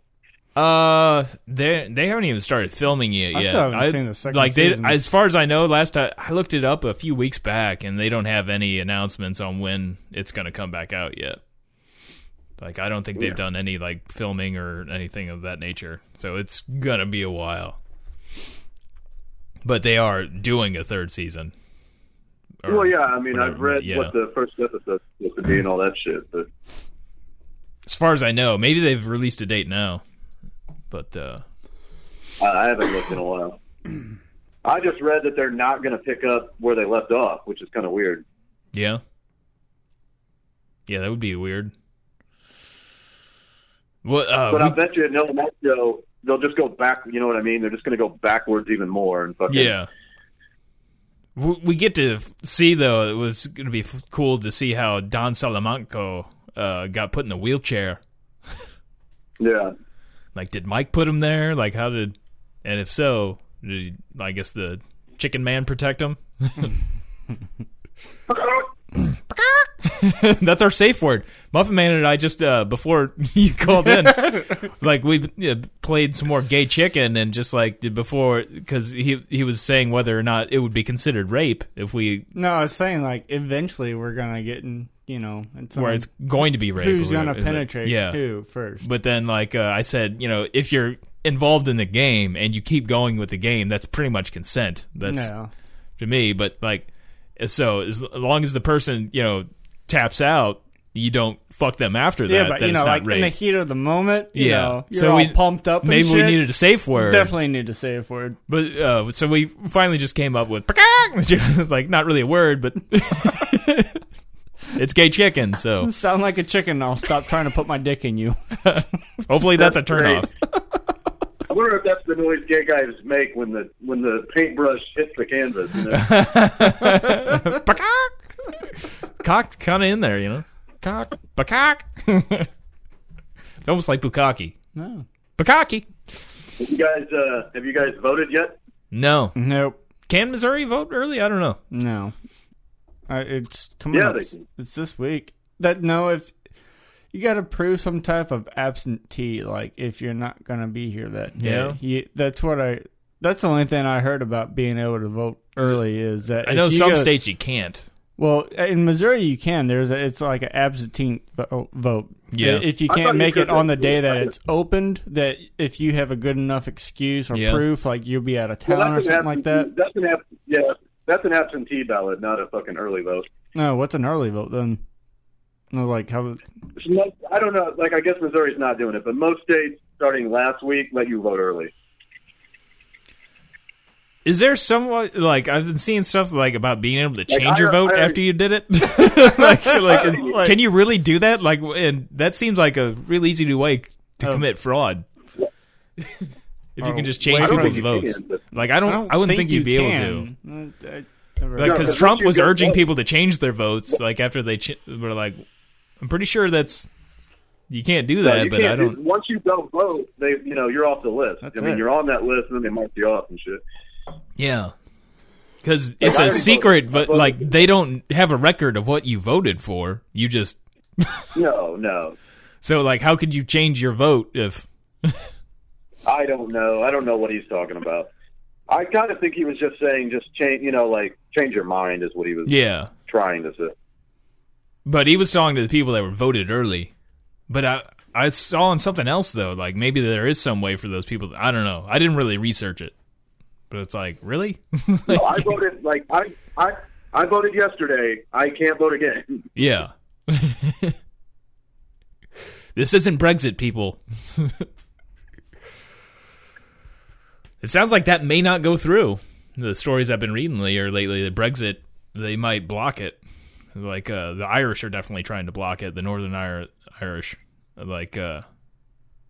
Uh, they they haven't even started filming it yet. I still haven't seen the second like season. They, as far as I know, last I, I looked it up a few weeks back, and they don't have any announcements on when it's going to come back out yet. Like I don't think they've done any like filming or anything of that nature, so it's gonna be a while. But they are doing a third season. Or Well, yeah. I mean, I've whatever, read yeah. what the first episode's supposed to be and all that shit. But as far as I know, maybe they've released a date now, but uh, I, I haven't looked in a while. I just read that they're not going to pick up where they left off, which is kind of weird. yeah, yeah, that would be weird. What? Uh, But I we- bet you in no next show they'll just go back. You know what I mean? They're just going to go backwards even more and fucking yeah, we, we get to f- see though. It was going to be f- cool to see how Don Salamanco uh, got put in a wheelchair. yeah. Like, did Mike put him there? Like, how did? And if so, did I guess the Chicken Man protect him? That's our safe word. Muffin Man and I just uh, before you called in, like we yeah, played some more gay chicken and just like did before because he he was saying whether or not it would be considered rape if we no, I was saying like eventually we're gonna get in, you know, and where it's going to be rape. who's or gonna whatever, is it? penetrate Yeah, who first. but then like uh, I said, you know, if you're involved in the game and you keep going with the game, that's pretty much consent. That's no, to me. But like, so as long as the person you know taps out, you don't fuck them after that. yeah, but then you it's know, not like rape. in the heat of the moment, you Yeah. know, you're So all we- pumped up. and Maybe we shit. needed a safe word. definitely need to say a word. But uh, so we finally just came up with like not really a word, but it's gay chicken. So Sound like a chicken. I'll stop trying to put my dick in you. hopefully that's a That's great. turnoff. I wonder if that's the noise gay guys make when the when the paintbrush hits the canvas. You know? Cock kind of in there, you know. Cock, bukkake. it's almost like bukkake. No, Bukkake. have you guys uh, have you guys voted yet? No, nope, can Missouri vote early? I don't know. no. I, it's coming Yeah, up. they can. It's this week. That no, if you got to prove some type of absentee, like if you're not gonna be here that day. Yeah. You- that's what I. That's the only thing I heard about being able to vote early is that I if know you some go- states you can't. Well, in Missouri you can. There's a, it's like an absentee vo- oh, vote. Yeah. If you I thought can't you make could it on the do- day that I- it's opened, that if you have a good enough excuse or Yeah. proof, like you'll be out of Well, town or something like that. absentee- That's an ab- yeah, that's an absentee ballot, not a fucking early vote. No, what's an early vote then? No, like how? It's not- I don't know. Like, I guess Missouri's not doing it, but most states starting last week let you vote early. Is there someone like I've been seeing stuff like about being able to change I- your vote I- after you did it? like, like, is- Like- can you really do that? Like, and that seems like a real easy to way to Um, Oh. commit fraud. if you Oh, can just change I don't people's think you votes, can, but- like I don't, I, wouldn't think, you'd be able to. able to. Like, No, because 'cause Trump once you was get urging votes- people to change their votes, like after they ch- were like, I'm pretty sure that's you can't do No, that, you but I can't. don't. Once you don't vote, they you know you're off the list. That's I mean, it. you're on that list, and then they mark you off and shit. Yeah. Because it's I a already secret, voted. I but voted. like they don't have a record of what you voted for. You just No, no, so like how could you change your vote if I don't know. I don't know what he's talking about. I kind of think he was just saying, just change, you know, like change your mind is what he was yeah? trying to say. But he was talking to the people that were voted early. But I I saw on something else though, like maybe there is some way for those people. I don't know. I didn't really research it, but it's like really, No, I voted like I I I voted yesterday. I can't vote again. yeah. this isn't Brexit, people. it sounds like that may not go through. The stories I've been reading lately, or lately, the Brexit, they might block it. Like uh, the Irish are definitely trying to block it. The Northern Ir- Irish, like, uh,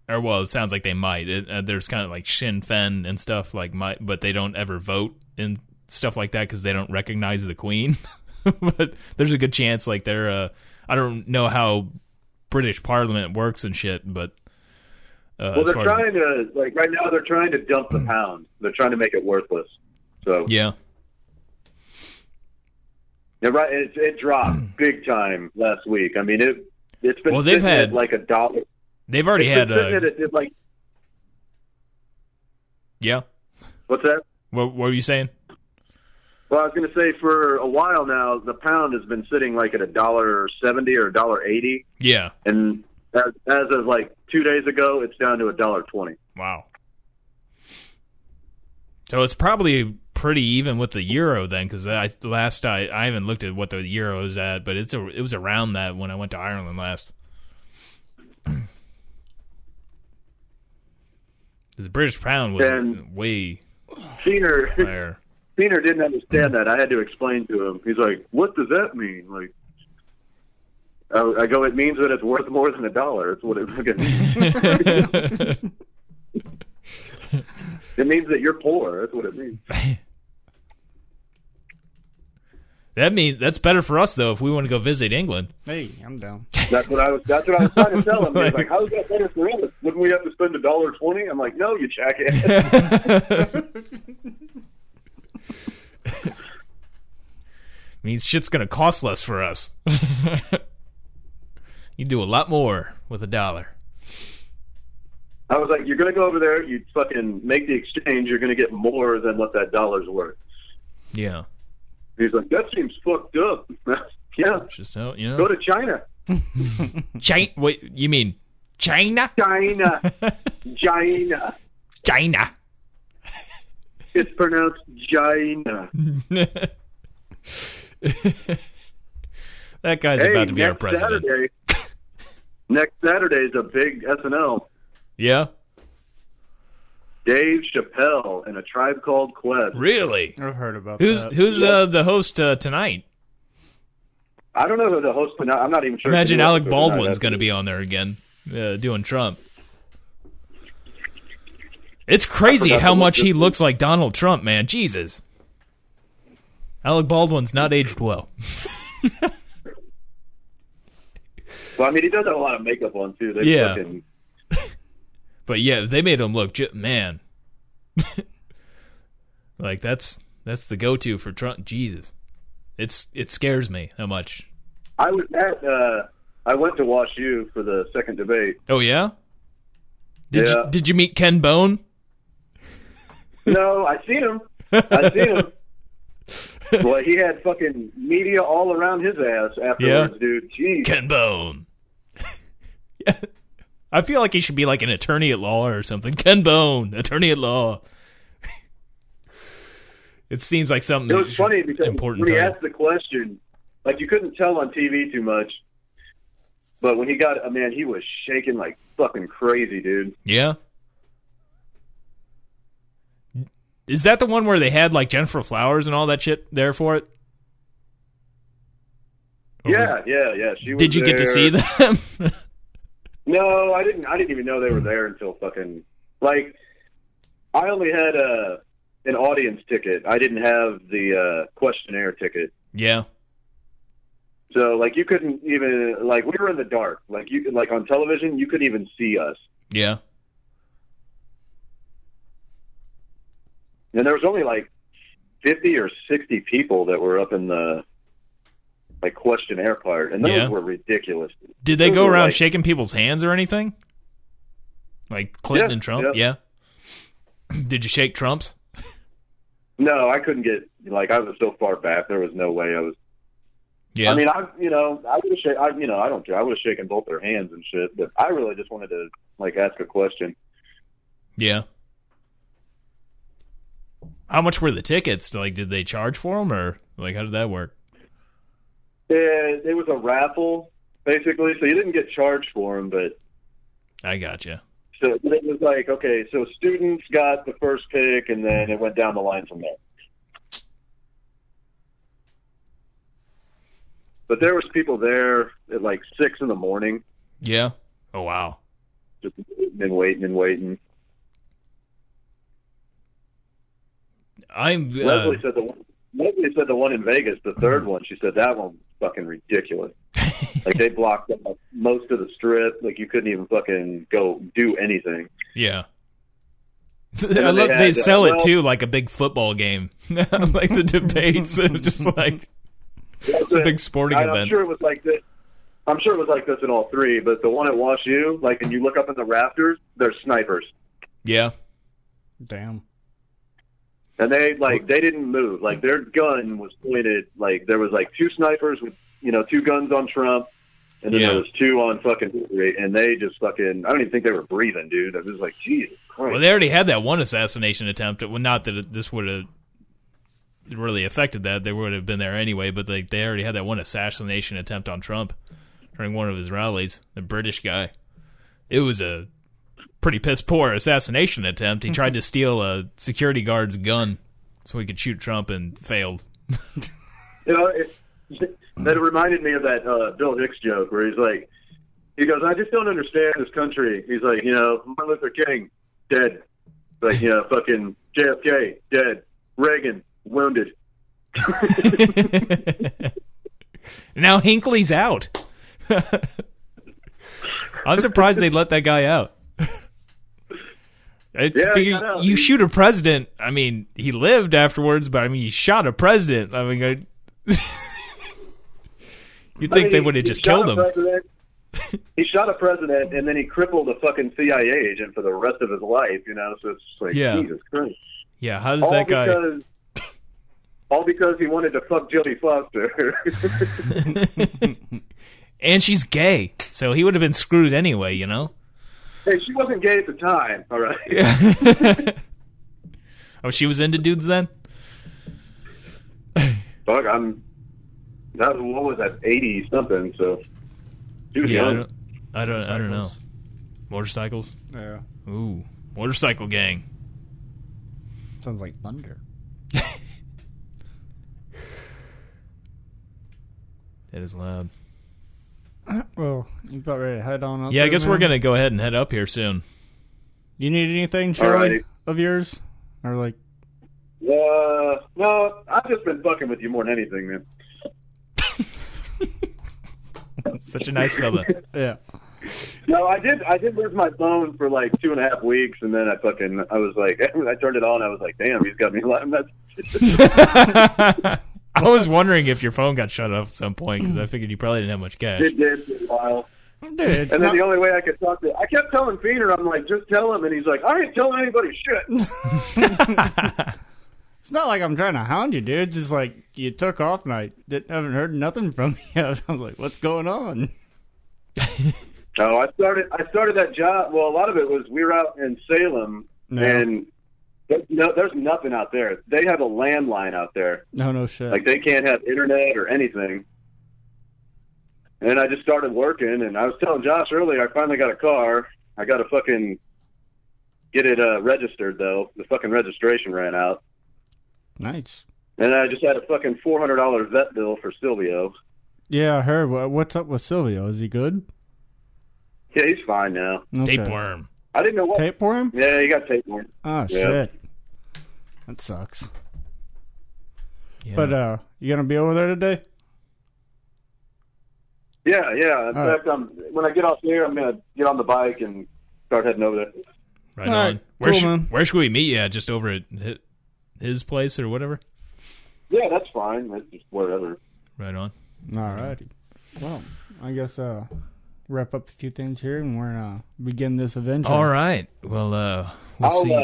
or well, it sounds like they might. It, uh, there's kind of like Sinn Féin and stuff like, might, but they don't ever vote and stuff like that because they don't recognize the Queen. but there's a good chance, like they're. Uh, I don't know how British Parliament works and shit, but uh, well, as they're far as- Mm. trying to like right now. They're trying to dump the pound. They're trying to make it worthless. So yeah. Yeah, right. It, it dropped big time last week. I mean, it it's been Mm. Well, they've sitting at had- like a dollar. They've already It's had been sitting uh, at, at like yeah. what's that? What, what were you saying? Well, I was going to say for a while now, the pound has been sitting like at a dollar seventy or a dollar eighty, Yeah. and as, as of like two days ago, it's down to a dollar twenty. Wow. So it's probably pretty even with the euro then, because I last I I haven't looked at what the euro is at, but it's a, it was around that when I went to Ireland last. The British pound was And- way Keener, higher. Keener didn't understand that. I had to explain to him. He's like, "What does that mean?" Like. I I go. It means that it's worth more than a dollar. It's what it fucking means. it means that you're poor. That's what it means. That means that's better for us though if we want to go visit England. Hey, I'm down. That's what I was. That's what I was trying to tell him. He was like, "How is that better for us? Wouldn't we have to spend a dollar twenty? I'm like, "No, you jackass." means shit's gonna cost less for us. you do a lot more with a dollar. I was like, "You're gonna go over there. You fucking make the exchange. You're gonna get more than what that dollar's worth." Yeah. He's like, "That seems fucked up." yeah, Just don't you know. go to China. China. Wait, you mean China? China, China. China. It's pronounced China. That guy's hey, about to be our next president. Saturday. next Saturday's a big SNL. Yeah. Dave Chappelle and a tribe called Quest. Really? I've heard about Who's that. who's uh, the host uh, tonight? I don't know who the host. I'm not even sure. if Imagine he was Alec or not. Baldwin's That's- going to be on there again, uh, doing Trump. It's crazy I forgot how to look much he this looks like Donald Trump, man. Jesus. Alec Baldwin's not aged well. Well, I mean, he does have a lot of makeup on too. They Yeah. fucking- But yeah, they made him look ju- man. like that's that's the go-to for Trump. Jesus, It's it scares me how much. I was at. Uh, I went to Wash U for the second debate. Oh yeah. Did Yeah. you did you meet Ken Bone? No, I seen him. I seen him. Boy, he had fucking media all around his ass afterwards, Yeah. dude. Jeez. Ken Bone. I feel like he should be like an attorney at law or something. Ken Bone, attorney at law. it seems like something. It that was should- funny because important. when he title. asked the question, like you couldn't tell on TV too much, but when he got a man, he was shaking like fucking crazy, dude. Yeah. Is that the one where they had like Jennifer Flowers and all that shit there for it? Or Oh, was- yeah, yeah, yeah. She was Did you get to there. see them? No, I didn't. I didn't even know they were there until fucking like I only had a an audience ticket. I didn't have the uh, questionnaire ticket. yeah. So like you couldn't even like we were in the dark. Like you could- like on television you couldn't even see us. Yeah. And there was only like fifty or sixty people that were up in the like questionnaire part, and those Yeah. were ridiculous. Did they Those go were, around like- shaking people's hands or anything? Like Clinton Yeah, and Trump? Yeah. Did you shake Trump's? No, I couldn't get like I was so far back. There was no way I was. Yeah. I mean, I you know I would have shaken. I, you know I don't care. I would have shaken both their hands and shit. But I really just wanted to like ask a question. yeah. How much were the tickets? Like, did they charge for them or like how did that work? It, it was a raffle basically, so you didn't get charged for them, but I gotcha. So it was like, okay, so students got the first pick, and then it went down the line from there. But there was people there at like six in the morning, Yeah. Oh wow. just waiting and waiting and waiting. I'm uh, Leslie said the one, Leslie said the one in Vegas, the third one. She said that one was fucking ridiculous. like they blocked up most of the strip. Like you couldn't even fucking go do anything. Yeah. then I love they they had, uh, sell it well- too like a big football game, like the debates, are just like it's a big sporting I- I'm event. sure it was like this. I'm sure it was like this in all three, but the one at Wash U, like, and you look up in the rafters, there's snipers, Yeah, Damn. and they like they didn't move. Like their gun was pointed. Like there was like two snipers with you know two guns on Trump, and then Yeah. there was two on fucking Hillary, and they just fucking. I don't even think they were breathing, dude. I was like, Jesus Christ. well, they already had that one assassination attempt. Well, not that it, this would have really affected that; they would have been there anyway. But like they already had that one assassination attempt on Trump during one of his rallies. The British guy, it was a pretty piss poor assassination attempt. He tried to steal a security guard's gun so he could shoot Trump and failed. You know, it, that reminded me of that uh, Bill Hicks joke where he's like, he goes, I just don't understand this country. He's like, you know, Martin Luther King, dead. Like, you know, fucking JFK, dead. Reagan, wounded. now Hinkley's out. I'm surprised they let that guy out. I Yeah, figure I know. you shoot a president. I mean, he lived afterwards, but I mean, you shot a president. I mean, I, you think I they mean, he- would have he just shot killed a him? president. he shot a president and then he crippled a fucking CIA agent for the rest of his life, you know? So it's just like, Yeah. Jesus Christ. Yeah, how does All that guy? because, all because he wanted to fuck Jodie Foster. And she's gay, so he would have been screwed anyway. You know. hey, she wasn't gay at the time, all right? Oh, she was into dudes then. Fuck, I'm. That was, what was that? Eighty something. So. Dude, Yeah, I young. don't, I don't, I don't know. Motorcycles. Yeah. Ooh, motorcycle gang. Sounds like thunder. That is loud. Well, you about ready to head on up? Yeah, I there, guess we're man? gonna go ahead and head up here soon. You need anything, Shirley, Alrighty. of yours, or like? Uh, no, I've just been fucking with you more than anything, man. Such a nice fella. Yeah. No, I did. I did lose my phone for like two and a half weeks, and then I fucking. I was like, I turned it on. I was like, damn, he's got me. li- I'm not. I was wondering if your phone got shut off at some point because I figured you probably didn't have much cash. It did for a while. Dude, it's And then not- the only way I could talk to I kept telling Feener, I'm like, just tell him. And he's like, I ain't telling anybody shit. It's not like I'm trying to hound you, dude. It's just like you took off and I didn't, haven't heard nothing from you. I was I'm like, what's going on? No, I started. I started that job. Well, a lot of it was we were out in Salem, No. and there, no, there's nothing out there. They have a landline out there. No, no shit. Like they can't have internet or anything. And I just started working, and I was telling Josh earlier, I finally got a car. I got to fucking get it uh, registered though. The fucking registration ran out, nice. and I just had a fucking four hundred dollar vet bill for Silvio. Yeah, I heard. Wha- What's up with Silvio? Is he good? Yeah, he's fine now. Okay. Tapeworm. I didn't know what. Tapeworm? Yeah, he got tapeworm. Ah, Yeah. shit. That sucks. Yeah. But uh, you gonna be over there today? Yeah, yeah. In All fact, I'm, when I get off here, I'm gonna get on the bike and start heading over there. right all on. right, where, cool, should, man. where should we meet you at? Just over at hi- his place or whatever? Yeah, that's fine. That's just whatever. Right on. Alrighty. Mm-hmm. Well, I guess uh, wrap up a few things here, and we're gonna begin this adventure. All right. Well, uh, we'll I'll, see. uh,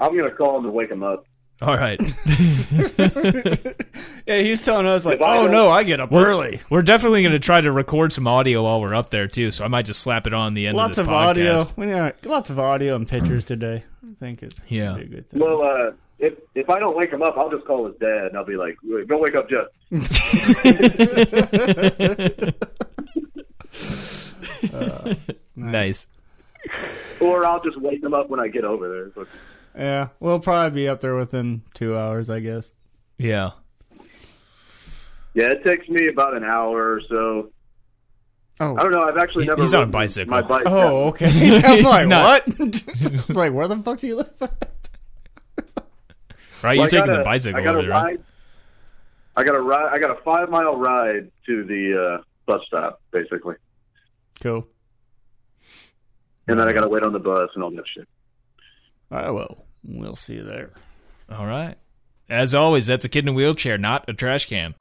I'm gonna call him to wake him up. All right. Yeah, he's telling us like, If I oh don't- no, I get up early. We're definitely going to try to record some audio while we're up there too. So I might just slap it on the end. Lots of, of this audio. podcast. We need lots of audio and pictures today. I think it's Yeah. gonna be a good thing. Well, uh, if if I don't wake him up, I'll just call his dad and I'll be like, "Wait, "Don't wake up, Jeff." Nice. Or I'll just wake him up when I get over there. But yeah, we'll probably be up there within two hours, I guess. Yeah. yeah, it takes me about an hour or so. Oh. I don't know. I've actually He- never. he's on a ridden bicycle. My bike. Oh, okay. I'm It's like, not- what? like, where the fuck do you live? Right. Well, You're I taking got the a- bicycle I got over a there. ride. Right? I got a ride. I got a five mile ride to the uh, bus stop, basically, cool. and then I got to wait on the bus and all that shit. I will. We'll see you there. All right. As always, that's a kid in a wheelchair, not a trash can.